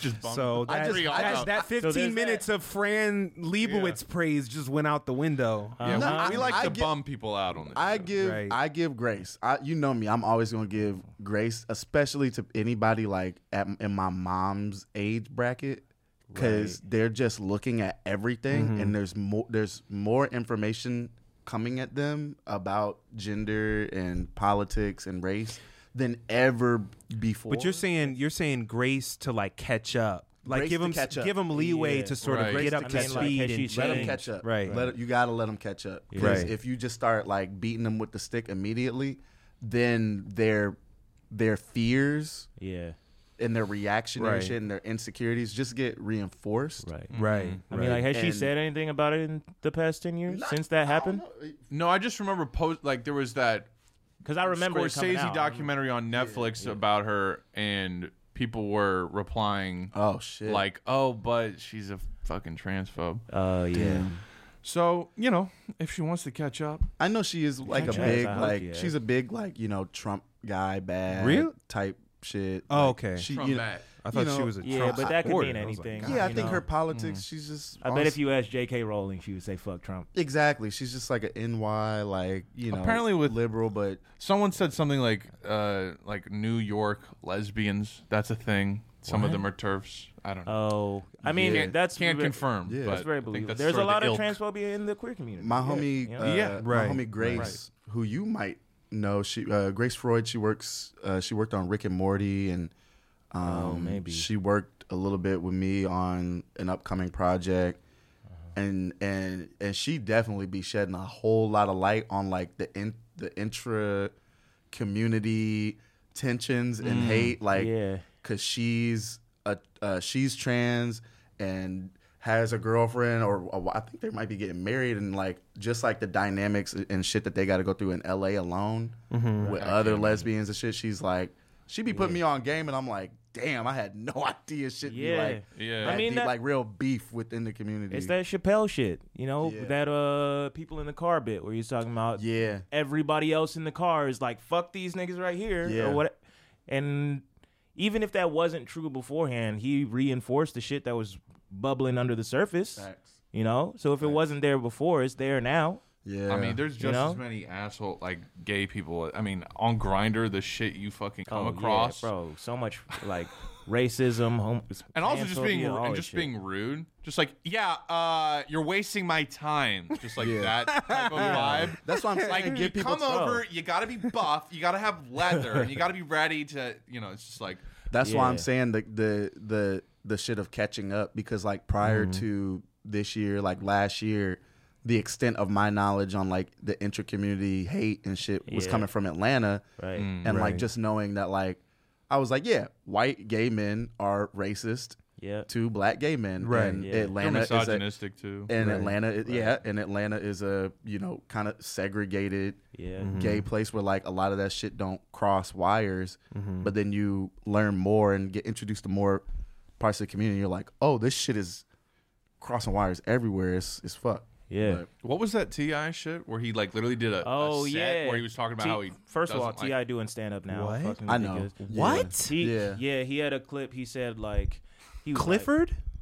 just So that, that, that 15 minutes of Fran Lebowitz praise just went out the window. Yeah, we, I- we like I to get- bum people out on this. I give Uh, Right. I give grace. I you know me. I'm always gonna give grace, especially to anybody like at, in my mom's age bracket, because they're just looking at everything, Mhm. and there's more there's more information coming at them about gender and politics and race than ever before. But you're saying you're saying grace to like catch up, like Grace give to him catch up. give him leeway Yeah. to sort Right. of get Grace to up to catch up. speed Let and them change. catch up. Right. Let- you got to let them catch up. 'Cause Right. If you just start like beating them with the stick immediately, then their their fears, yeah, and their reactionary Right. shit and their insecurities just get reinforced. Right. I mean, like, has she said anything about it in the past ten years since that happened? No, I just remember post like there was that because I remember it coming Scorsese out. documentary on Netflix about her, and people were replying, "Oh shit!" Like, oh, but she's a fucking transphobe. Oh yeah. So you know, if she wants to catch up, I know she is like a Catch up. big I hope like she is. she's a big like you know Trump guy bad Real? type shit. Oh, Like, okay. She, Trump you know- bad. I you thought know- she was a Yeah, but that could mean anything. yeah, I you think Mm. know. her politics. She's just. I bet if you asked J.K. Rowling, she would say "fuck Trump." Exactly. She's just like an NY, like you know. Apparently with liberal, but someone said something like, uh, like New York lesbians. That's a thing. Some of What? them are turfs. I don't know. Oh, I mean, Can't- that's can't very- confirm. Yeah. but That's very I think believable. that's There's sort a lot the of ilk. transphobia in the queer community. my you homie, know? uh, Yeah. my Right. homie Grace, who you might know, she uh, Grace Freud. She works. Uh, she worked on Rick and Morty, and Oh, um, maybe. she worked a little bit with me on an upcoming project. And and and she definitely be shedding a whole lot of light on like the in, the intra community tensions and Mm. hate, like Yeah. because she's a, uh, she's trans and has a girlfriend or a wi- I think they might be getting married and like just like the dynamics and shit that they got to go through in LA alone Mm-hmm. Mhm. with Right. other lesbians and shit. She's like, she be putting me on game and I'm like, damn, I had no idea shit. Be Yeah. like, Yeah. that I mean, deep, that- like real beef within the community. It's that Chappelle shit, you know, that uh people in the car bit where he's talking about yeah everybody else in the car is like fuck these niggas right here Yeah. or what, and even if that wasn't true beforehand, he reinforced the shit that was bubbling under the surface, Facts. you know. So if it wasn't there before, it's there now. Yeah, I mean, there's just you know? as many asshole like gay people. I mean, on Grinder, the shit you fucking come Oh, yeah, across, bro. So much like racism, hom- and also just being transphobia, all and that just shit. being rude. Just like, yeah, uh, you're wasting my time. Just like that type of vibe. That's what I'm saying. Like, Get you people come to- over, you gotta be buff, you gotta have leather, and you gotta be ready to, you know, it's just like. That's why I'm saying the the the the shit of catching up because like prior Mhm. to this year, like last year, the extent of my knowledge on like the intercommunity hate and shit was Yeah. coming from Atlanta, right? Mm. And like Right. just knowing that like I was like, yeah, white gay men are racist. Yeah. To black gay men, Right. And Yeah. Atlanta They're is a- misogynistic, too. And Right. Atlanta, yeah, and Atlanta is a you know kind of segregated, yeah, Mm-hmm. gay place where like a lot of that shit don't cross wires. Mhm. But then you learn more and get introduced to more parts of the community. You're like, oh, this shit is crossing wires everywhere. It's it's fuck. Yeah. But- What was that Ti shit where he like literally did a a Oh set yeah, where he was talking about T- how he first of all doesn't like- Ti doing stand up now. What? Fucking I know. ridiculous. Yeah. What? He, Yeah. yeah, he had a clip. He said like he was like-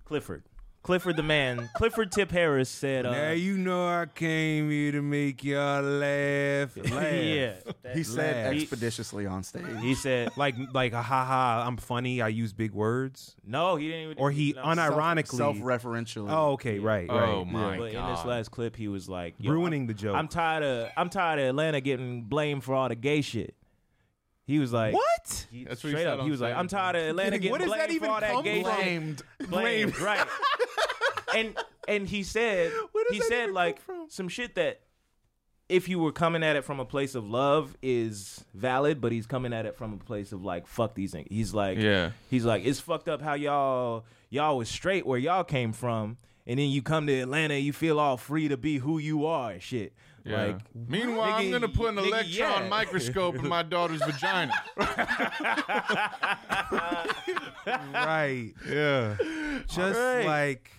Clifford, Clifford the man, Clifford Tip Harris said. Uh, now you know I came here to make y'all laugh. laugh. Yeah. He said Laugh. expeditiously on stage. He said like like a ha ha. I'm funny. I use big words. No, he didn't. Even, Or he no. unironically self-referentially. Oh, okay, right, right. But in this last clip, he was like yo, Ruining I'm- the joke. I'm tired of I'm tired of Atlanta getting blamed for all the gay shit. He was like, What? He, That's what he straight said up. on He was like, stage. I'm tired of Atlanta getting What does that blamed even for all that come gay from? shit." Blamed. blamed, right? and and he said he said like some shit that if you were coming at it from a place of love is valid, but he's coming at it from a place of like fuck these things. He's like Yeah. He's like it's fucked up how y'all y'all was straight where y'all came from, and then you come to Atlanta, you feel all free to be who you are, and shit. Yeah. Like Meanwhile, I'm nigga, gonna put an nigga, electron yeah. microscope in my daughter's vagina. right. Yeah. Just Right. like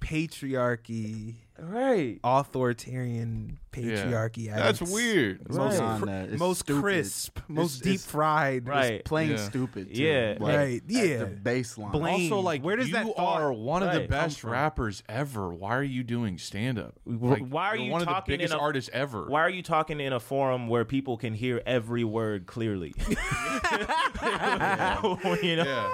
patriarchy. Right. Authoritarian patriarchy. Yeah. at That's its weird. It's Most, beyond cr- that. It's most stupid. crisp. Most It's- deep it's- fried. Right. it's plain Yeah. stupid, too. Yeah. Like, right. at the Yeah. baseline. Blame. Also, like, where does you that thought are one of the come best from? rappers ever. Why are you doing stand up? why are you're you one of the talking in biggest a- artists ever? Why are you talking in a forum where people can hear every word clearly? you know,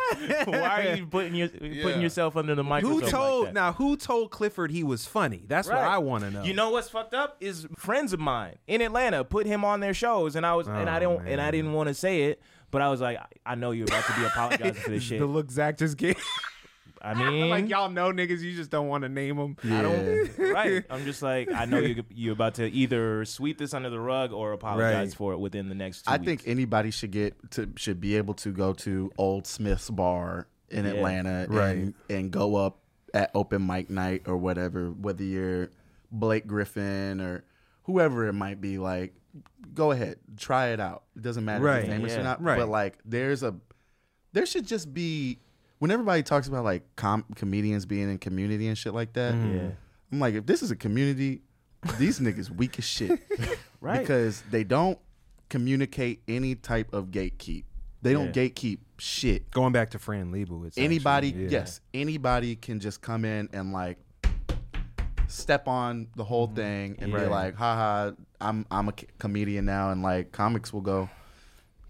why are you putting your Yeah. putting yourself under the microscope? Who told like that? now? Who told Clifford he was funny? That's what Right. I want to know. You know what's fucked up is friends of mine in Atlanta put him on their shows, and I was Oh, and I don't and I didn't want to say it, but I was like, I- I know you're about to be apologizing for this shit. the look Zach just gave. I mean, like y'all know niggas, you just don't want to name them. I don't. Right. I'm just like, I know you you're about to either sweep this under the rug or apologize Right. for it within the next. two I weeks. think anybody should get to should be able to go to Old Smith's bar in Yeah. Atlanta Right. and, and go up at open mic night or whatever, whether you're Blake Griffin or whoever it might be, like go ahead, try it out. It doesn't matter if Right. it's famous Yeah. or not. Right. But like there's a there should just be when everybody talks about like com- comedians being in community and shit like that. Mm. Yeah. I'm like, if this is a community, these niggas weak as shit, Right. Because they don't communicate any type of gatekeep. They don't Yeah. gatekeep shit. Going back to Fran Lebowitz. anybody, actually, yeah. yes, anybody can just come in and like step on the whole Mm-hmm. thing and be Right. like, haha, I'm I'm a c- comedian now, and like comics will go.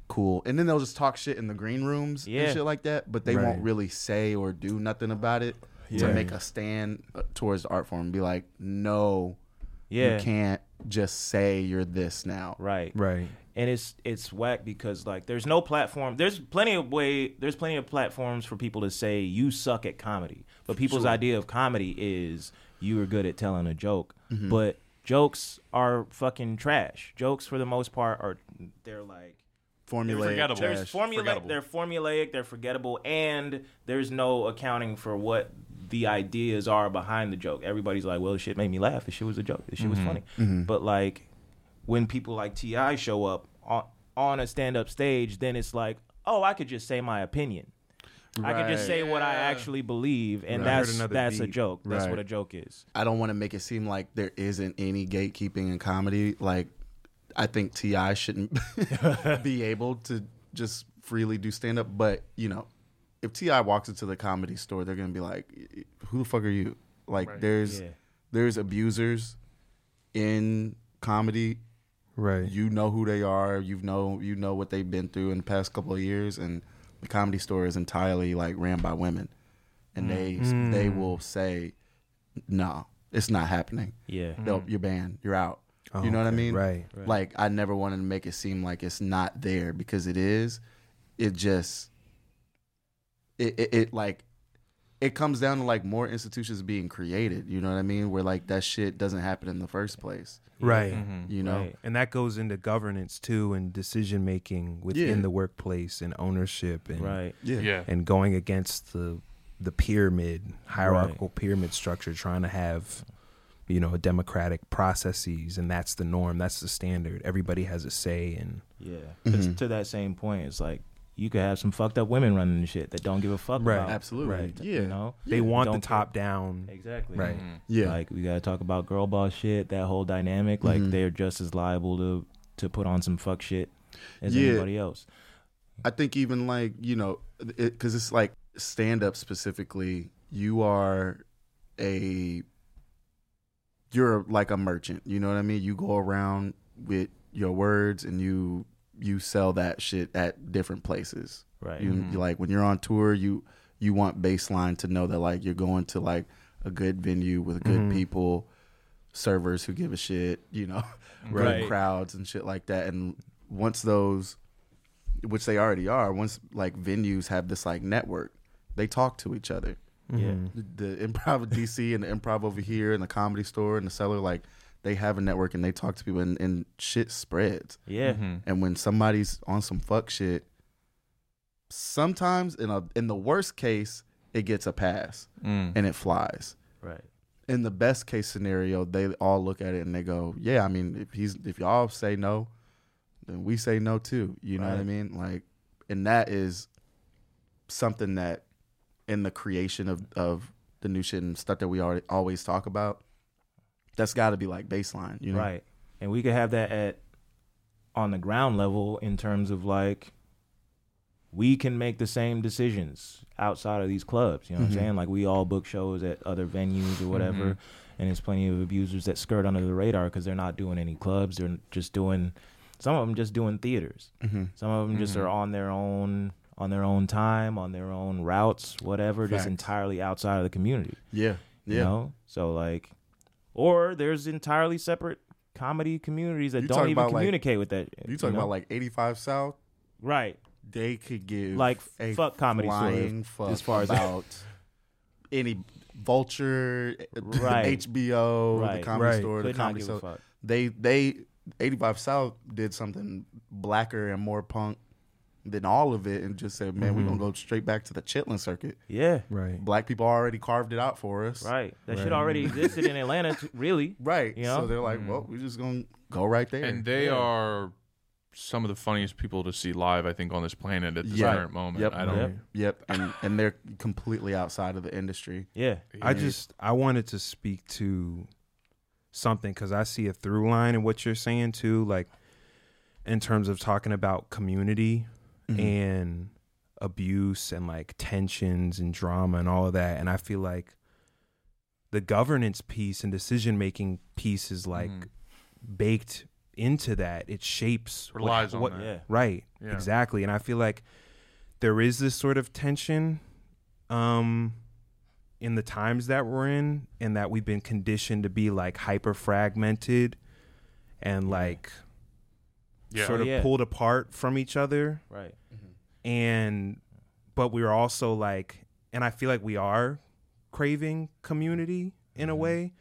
Cool, and then they'll just talk shit in the green rooms Yeah. and shit like that, but they Right. won't really say or do nothing about it to Yeah. make a stand uh, towards the art form and be like, no, Yeah. you can't just say you're this now. Right. Right. and it's it's whack because like there's no platform there's plenty of way there's plenty of platforms for people to say you suck at comedy but people's Sure. idea of comedy is you are good at telling a joke Mhm. but jokes are fucking trash jokes for the most part are they're like There's formulaic trash. formula- They're formulaic. They're forgettable, and there's no accounting for what the ideas are behind the joke. Everybody's like, "Well, this shit made me laugh. This shit was a joke. This shit was Mhm. funny." Mm-hmm. Mhm. But like, when people like Ti show up on on a stand up stage, then it's like, "Oh, I could just say my opinion." I could just Right. say what I actually believe, and that's that's a joke. That's what a joke is. I don't want to make it seem like there isn't any gatekeeping in comedy. Like, I think Ti shouldn't be able to just freely do stand up. But you know, if Ti walks into the comedy store, they're gonna be like, "Who the fuck are you?" Like, Right. there's Yeah. there's abusers in comedy. Right. You know who they are. You know you know what they've been through in the past couple of years, and the comedy store is entirely like ran by women, and they Mm. they will say, "No, it's not happening." Yeah. Nope, you're banned. You're out. Oh, you know what I okay. mean? Right. Mm. Right. Like I never wanted to make it seem like it's not there because it is. It just it, it, it like it comes down to like more institutions being created, you know what I mean? Where like that shit doesn't happen in the first place. Mm. Right. You know? And that goes into governance too and decision making within Yeah. the workplace and ownership and Right. Yeah. Yeah. and going against the the pyramid hierarchical pyramid structure trying to have you know democratic processes and that's the norm that's the standard everybody has a say and Yeah. Mm-hmm. 'Cause To that same point, it's like you could have some fucked up women running the shit that don't give a fuck Right. about. Absolutely. Right. Yeah. You know, They want the Don't top down. Exactly. Right. Mhm. Yeah. Like we gotta talk about girl boss shit. That whole dynamic. Like Mm-hmm. Mhm. they're just as liable to to put on some fuck shit as Yeah. anybody else. I think even like you know, because it's like stand up specifically. You are a you're like a merchant. You know what I mean. You go around with your words and you you sell that shit at different places. Right. You Mhm. you like when you're on tour, you you want baseline to know that like you're going to like a good venue with good Mhm. people, servers who give a shit. You know, good Right. crowds and shit like that. And once those which they already are once like venues have this like network they talk to each other Yeah. Mm-hmm. the, the improv of dc and the improv over here and the comedy store and the cellar like they have a network and they talk to people and, and shit spreads Yeah. Mhm. Mm-hmm. and when somebody's on some fuck shit sometimes in a in the worst case it gets a pass Mm. Mm-hmm. and it flies Right. in the best case scenario, they all look at it and they go, "Yeah, I mean, if he's if y'all say no, then we say no too." You know what I Right. mean? Like, and that is something that in the creation of of the new shit and stuff that we already always talk about, that's got to be like baseline. You know, Right. And we could have that at on the ground level in terms of like we can make the same decisions outside of these clubs. You know what Mm-hmm. Mhm. I'm saying? Like we all book shows at other venues or whatever. Mhm. Mm-hmm. And there's plenty of abusers that skirt under the radar because they're not doing any clubs. They're just doing some of them just doing theaters. Mm-hmm. Mhm. Some of them just Mhm. are on their own on their own time, on their own routes, whatever, Facts. just entirely outside of the community. Yeah. You Yeah. know? So like or there's entirely separate comedy communities that You don't talking even about, like- communicate with that. You talking know? about like eighty five South, right? They could give Like, a fuck Comedy Store, flying fuck as far as about any Vulture, Right. HBO, Right. the Comedy Right. Store, the Could not Comedy give a Store. fuck. They they eighty five South did something blacker and more punk than all of it, and just said, "Man, we're Mhm. gonna go straight back to the Chitlin circuit." Yeah, right. Black people already carved it out for us. Right. That shit already existed in Atlanta, t- really. Right. You know? So they're like, "Well, we're just gonna go right there." And they Yeah. are some of the funniest people to see live, I think, on this planet at this Yeah. current moment. Yep. I don't. Yep. Yep. And and they're completely outside of the industry. Yeah. I just I wanted to speak to something because I see a through line in what you're saying too, like in terms of talking about community Mm-hmm. Mhm. and abuse and like tensions and drama and all of that. And I feel like the governance piece and decision making piece is like baked into that. It shapes what- Mm-hmm. Relies on what, that. Yeah. right Yeah. exactly. And I feel like there is this sort of tension um in the times that we're in and that we've been conditioned to be like hyper fragmented and like Yeah. sort Oh, of yeah. pulled apart from each other right and but we're also like and i feel like we are craving community Mm-hmm. in a way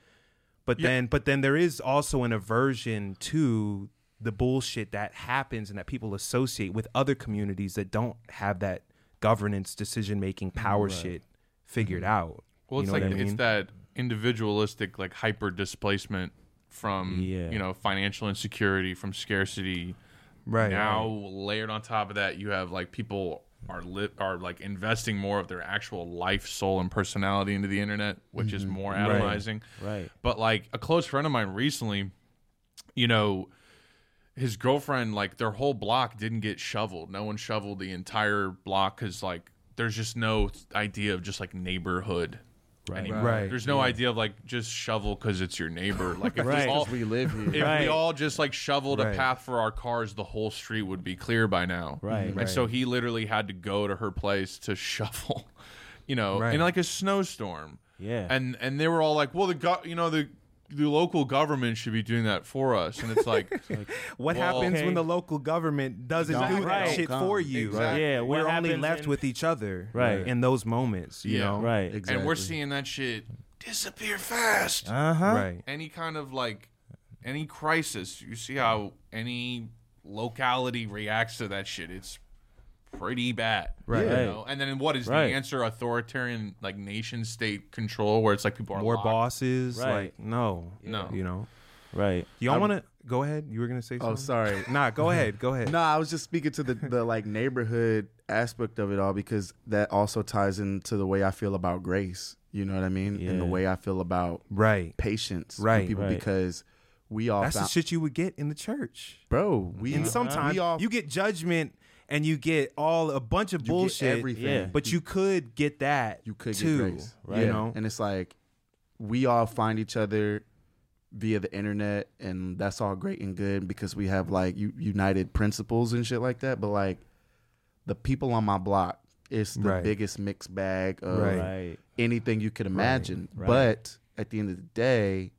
but Yeah. then but then there is also an aversion to the bullshit that happens and that people associate with other communities that don't have that governance, decision making, power Right. Mm-hmm. shit figured out. You Well, it's know like what I it's mean? that individualistic, like hyper displacement from Yeah. you know financial insecurity, from scarcity. Right. now, layered on top of that, you have like people are li- are like investing more of their actual life, soul, and personality into the internet, which is Mhm. more Right. atomizing. Right. But like a close friend of mine recently, you know, his girlfriend like their whole block didn't get shoveled. No one shoveled the entire block because like there's just no idea of just like neighborhood. Right. anymore. Right. There's no Yeah. idea of like just shovel because it's your neighbor. Like if Right. we all 'Cause we live here. if we Right. all just like shoveled Right. a path for our cars, the whole street would be clear by now. Right. And Right. so he literally had to go to her place to shovel. You know, Right. in like a snowstorm. Yeah. And and they were all like, well, the go- you know the the local government should be doing that for us. And it's like, What well- happens when the local government doesn't Don't do that come. shit for you? Exactly. Yeah, what we're only happens left in- with each other, Right. In those moments, you Yeah. know, Right. and we're seeing that shit disappear fast. Uh-huh. Right. Any kind of like any crisis, you see how any locality reacts to that shit. It's pretty bad, Right. You Right. know? And then what is Right. the answer? Authoritarian like nation state control, where it's like people are more locked. bosses. Right. Like no, No. you know, right? Y'all I'm- want to go ahead? You were gonna say something? Oh, sorry. Nah, go ahead. Go ahead. No, I was just speaking to the the like neighborhood aspect of it all because that also ties into the way I feel about grace. You know what I mean? And the Yeah. way I feel about right patience, with Right. people Right. because we all That's the found- shit you would get in the church, bro. We and sometimes we all you get judgment and you get all a bunch of bullshit. everything. yeah. but you could get that. you could too, get grace, You know, And it's like we all find each other via the internet, and that's all great and good because we have like u- united principles and shit like that. But like the people on my block, it's the Right. biggest mixed bag of Right. anything you could imagine. Right. But at the end of the day,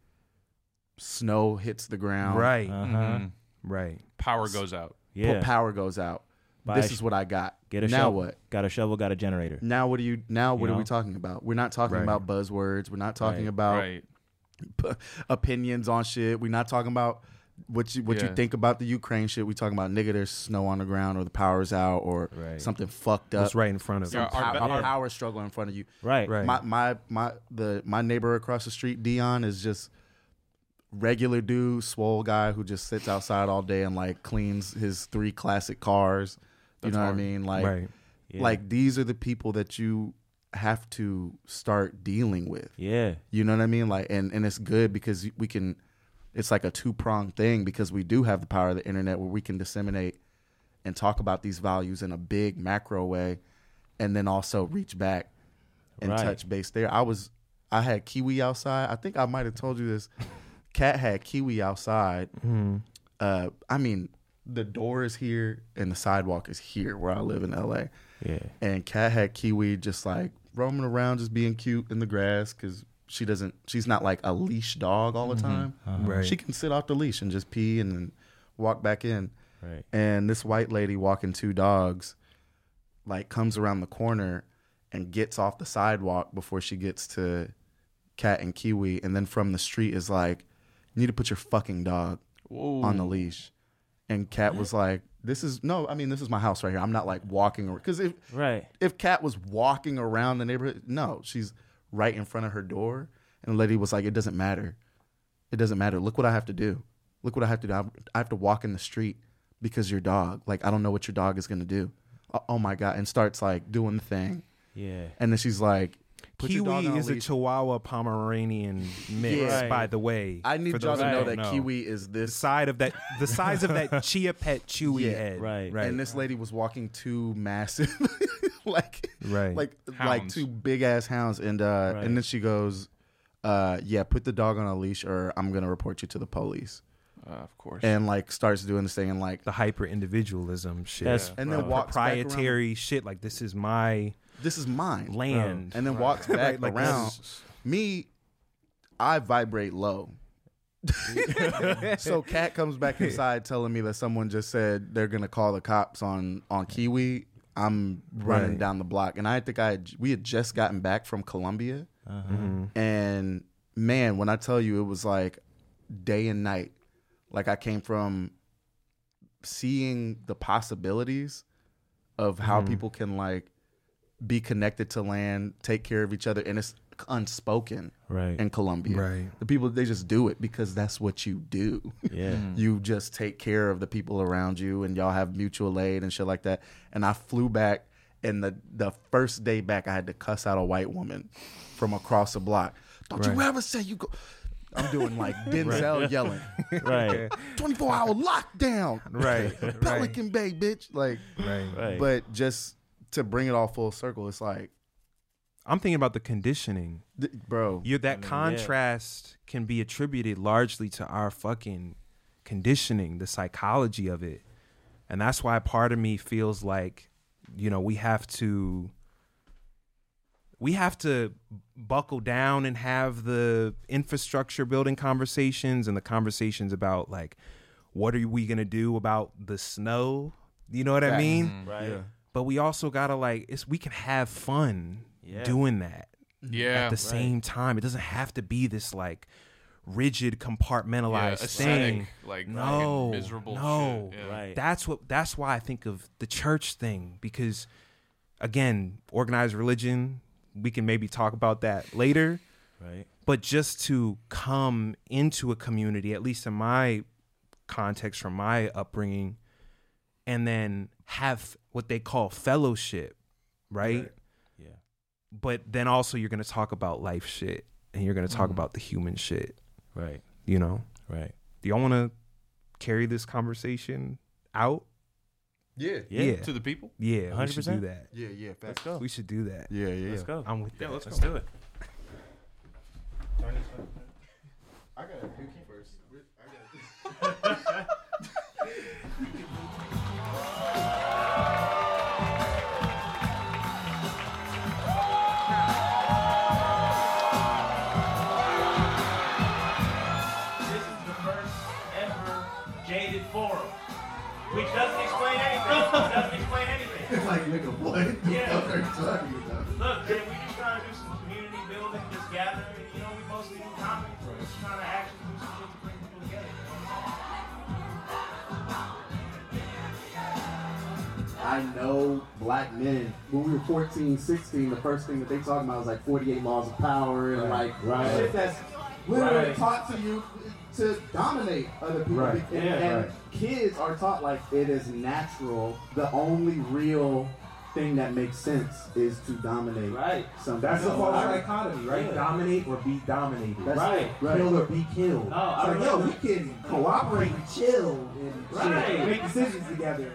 snow hits the ground, Right. Uh-huh. Mm-hmm. Mhm. Right. Power goes out. Po- Power goes out. Buy this a sh- is what I got. Get a now shovel. what? Got a shovel. Got a generator. Now what are you? Now what You are we know? talking about? We're not talking Right. about buzzwords. We're not talking Right. Oh. about Right. p- opinions on shit. We're not talking about what you what Yeah. you think about the Ukraine shit. We're talking about nigga, there's snow on the ground, or the power's out, or something fucked up. What's right in front of Some you. pow- Yeah, our- a yeah. power struggle in front of you. Right. Right. My my my the my neighbor across the street, Dion, is just regular dude, swole guy who just sits outside all day and like cleans his three classic cars. You That's know hard. what I mean? Like, Right. Yeah. like these are the people that you have to start dealing with. Yeah. You know what I mean? Like, and and it's good because we can. It's like a two pronged thing because we do have the power of the internet where we can disseminate and talk about these values in a big macro way, and then also reach back and Right. touch base there. I was I had kiwi outside. I think I might have told you this. Cat had kiwi outside. Mm-hmm. Mhm. Uh, I mean, the door is here and the sidewalk is here where I live in LA. Yeah. And Cat had kiwi just like roaming around, just being cute in the grass because she doesn't. She's not like a leash dog all the Mhm. time. Uh-huh. Right. She can sit off the leash and just pee and then walk back in. Right. And this white lady walking two dogs like comes around the corner and gets off the sidewalk before she gets to Cat and Kiwi, and then from the street is like, "You need to put your fucking dog on the leash." And Cat was like, "This is no, I mean this is my house right here. I'm not like walking because if Right. if Cat was walking around the neighborhood, no, she's right in front of her door." And the lady was like, "It doesn't matter. It doesn't matter. Look what I have to do. Look what I have to do. I I have to walk in the street because your dog. Like I don't know what your dog is gonna do. Oh, oh my god!" And starts like doing the thing. Yeah. And then she's like, "Put your dog Kiwi on is a leash." Chihuahua Pomeranian mix, Yeah. by the way. I need for y'all those to who know don't that Kiwi is this the side of that, the size of that chia pet chewy Yeah. head, Right. Right. And this lady was walking two massive, like, Right. like, like Hounds. two big ass hounds, and uh, Right. and then she goes, uh, yeah, put the dog on a leash, or I'm gonna report you to the police. Uh, of course. And like starts doing this thing, and like the hyper individualism shit, That's- and And then then the walks back around. proprietary shit. Like this is my, this is mine land, and then walks back Right, like, this around. is- Me, I vibrate low. so Cat comes back inside telling me that someone just said they're gonna call the cops on on Kiwi. I'm running Right. down the block, and I think I had, we had just gotten back from Colombia, Uh-huh. Mhm. and man, when I tell you it was like day and night. Like I came from seeing the possibilities of how Mm-hmm. Mhm. people can like be connected to land, take care of each other, and it's unspoken Right. in Colombia. Right. The people they just do it because that's what you do. Yeah. Mhm. you just take care of the people around you and y'all have mutual aid and shit like that. And I flew back and the the first day back I had to cuss out a white woman from across the block. Don't you Right. ever say you go I'm doing like Denzel Right. yelling. Right. 24 hour lockdown. Right, right. Pelican Bay, bitch. Like, Right. Right. But just to bring it all full circle, it's like, I'm thinking about the conditioning, bro. You're that I mean, yeah. contrast can be attributed largely to our fucking conditioning, the psychology of it, and that's why part of me feels like, you know, we have to, we have to buckle down and have the infrastructure building conversations and the conversations about like, what are we gonna do about the snow? You know what I Facts. mean? Mm-hmm. Mhm. Right. Yeah. But we also gotta like, it's we can have fun Yeah. doing that Yeah. Mm-hmm. at the Right. same time. It doesn't have to be this like rigid compartmentalized Yeah, ascetic, thing. like, no, fucking miserable no. shit, yeah. Right. That's what. That's why I think of the church thing because, again, organized religion. We can maybe talk about that later. Right. But just to come into a community, at least in my context from my upbringing, and then have what they call fellowship, right? Yeah. But then also you're going to talk about life shit and you're going to Mm. talk Mhm. about the human shit. Right. You know? Right. Do y'all want to carry this conversation out? Yeah. Yeah. To the people? Yeah. We should do 100%. that. Yeah, yeah, facts. Let's go. We should do that. Yeah, yeah, Let's go. I'm with that. Let's do it. I got a dookie first. This is the first ever jaded forum, which doesn't explain anything. doesn't explain anything. It's like, nigga, what the Yeah. fuck are you talking about? Look, man, we just trying to do some community building, just gathering. You know, we mostly do comedy. We're just trying to actually do some shit to bring people together. I know black men. When we were 14, 16, the first thing that they talking about was like 48 laws of power and like Right. shit that's literally Right. taught to you to dominate other people. Right. And, Yeah. and Right. kids are taught like it is natural. The only real thing that makes sense is to dominate. Right. Something. That's the So false I- dichotomy, right? Yeah. Dominate or be dominated. That's right. it, right. Kill or be killed. No, I so, yo, we remember- can cooperate, and chill, and Right. shit, make decisions together.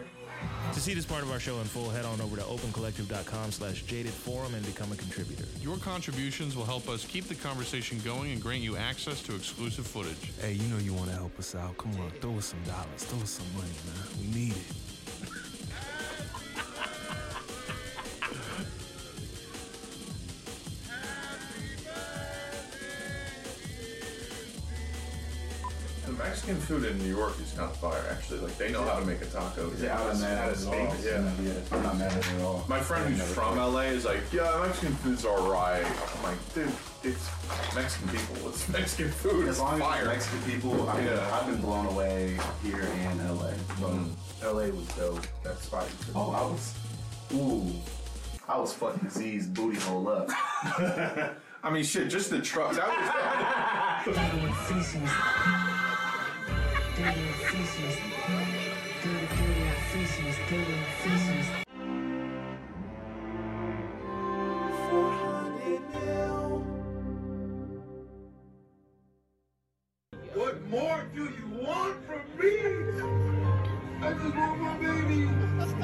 To see this part of our show in full, head on over to opencollective.com slash jaded forum and become a contributor. Your contributions will help us keep the conversation going and grant you access to exclusive footage. Hey, you know you want to help us out. Come on, throw us some dollars, throw us some money, man. We need it. The Mexican food in New York is kind of fire, actually. Like, they know how to make a taco. Is it out of mad at all? Yeah. I'm not mad at it at all. My friend I've who's never from tried. LA is like, yeah, Mexican food's alright. I'm like, dude, it's Mexican people. It's Mexican food. As long it's as fire. it's Mexican people, I mean, I've been blown away here in LA. But Mm. LA was dope. That spot. Oh, I was. Ooh, I was fucking Z's booty hole up. I mean, shit, just the truck. That was. Dirty feces. Dirty feces. Dirty, dirty feces. Dirty feces. What more do you want from me? I just want my baby.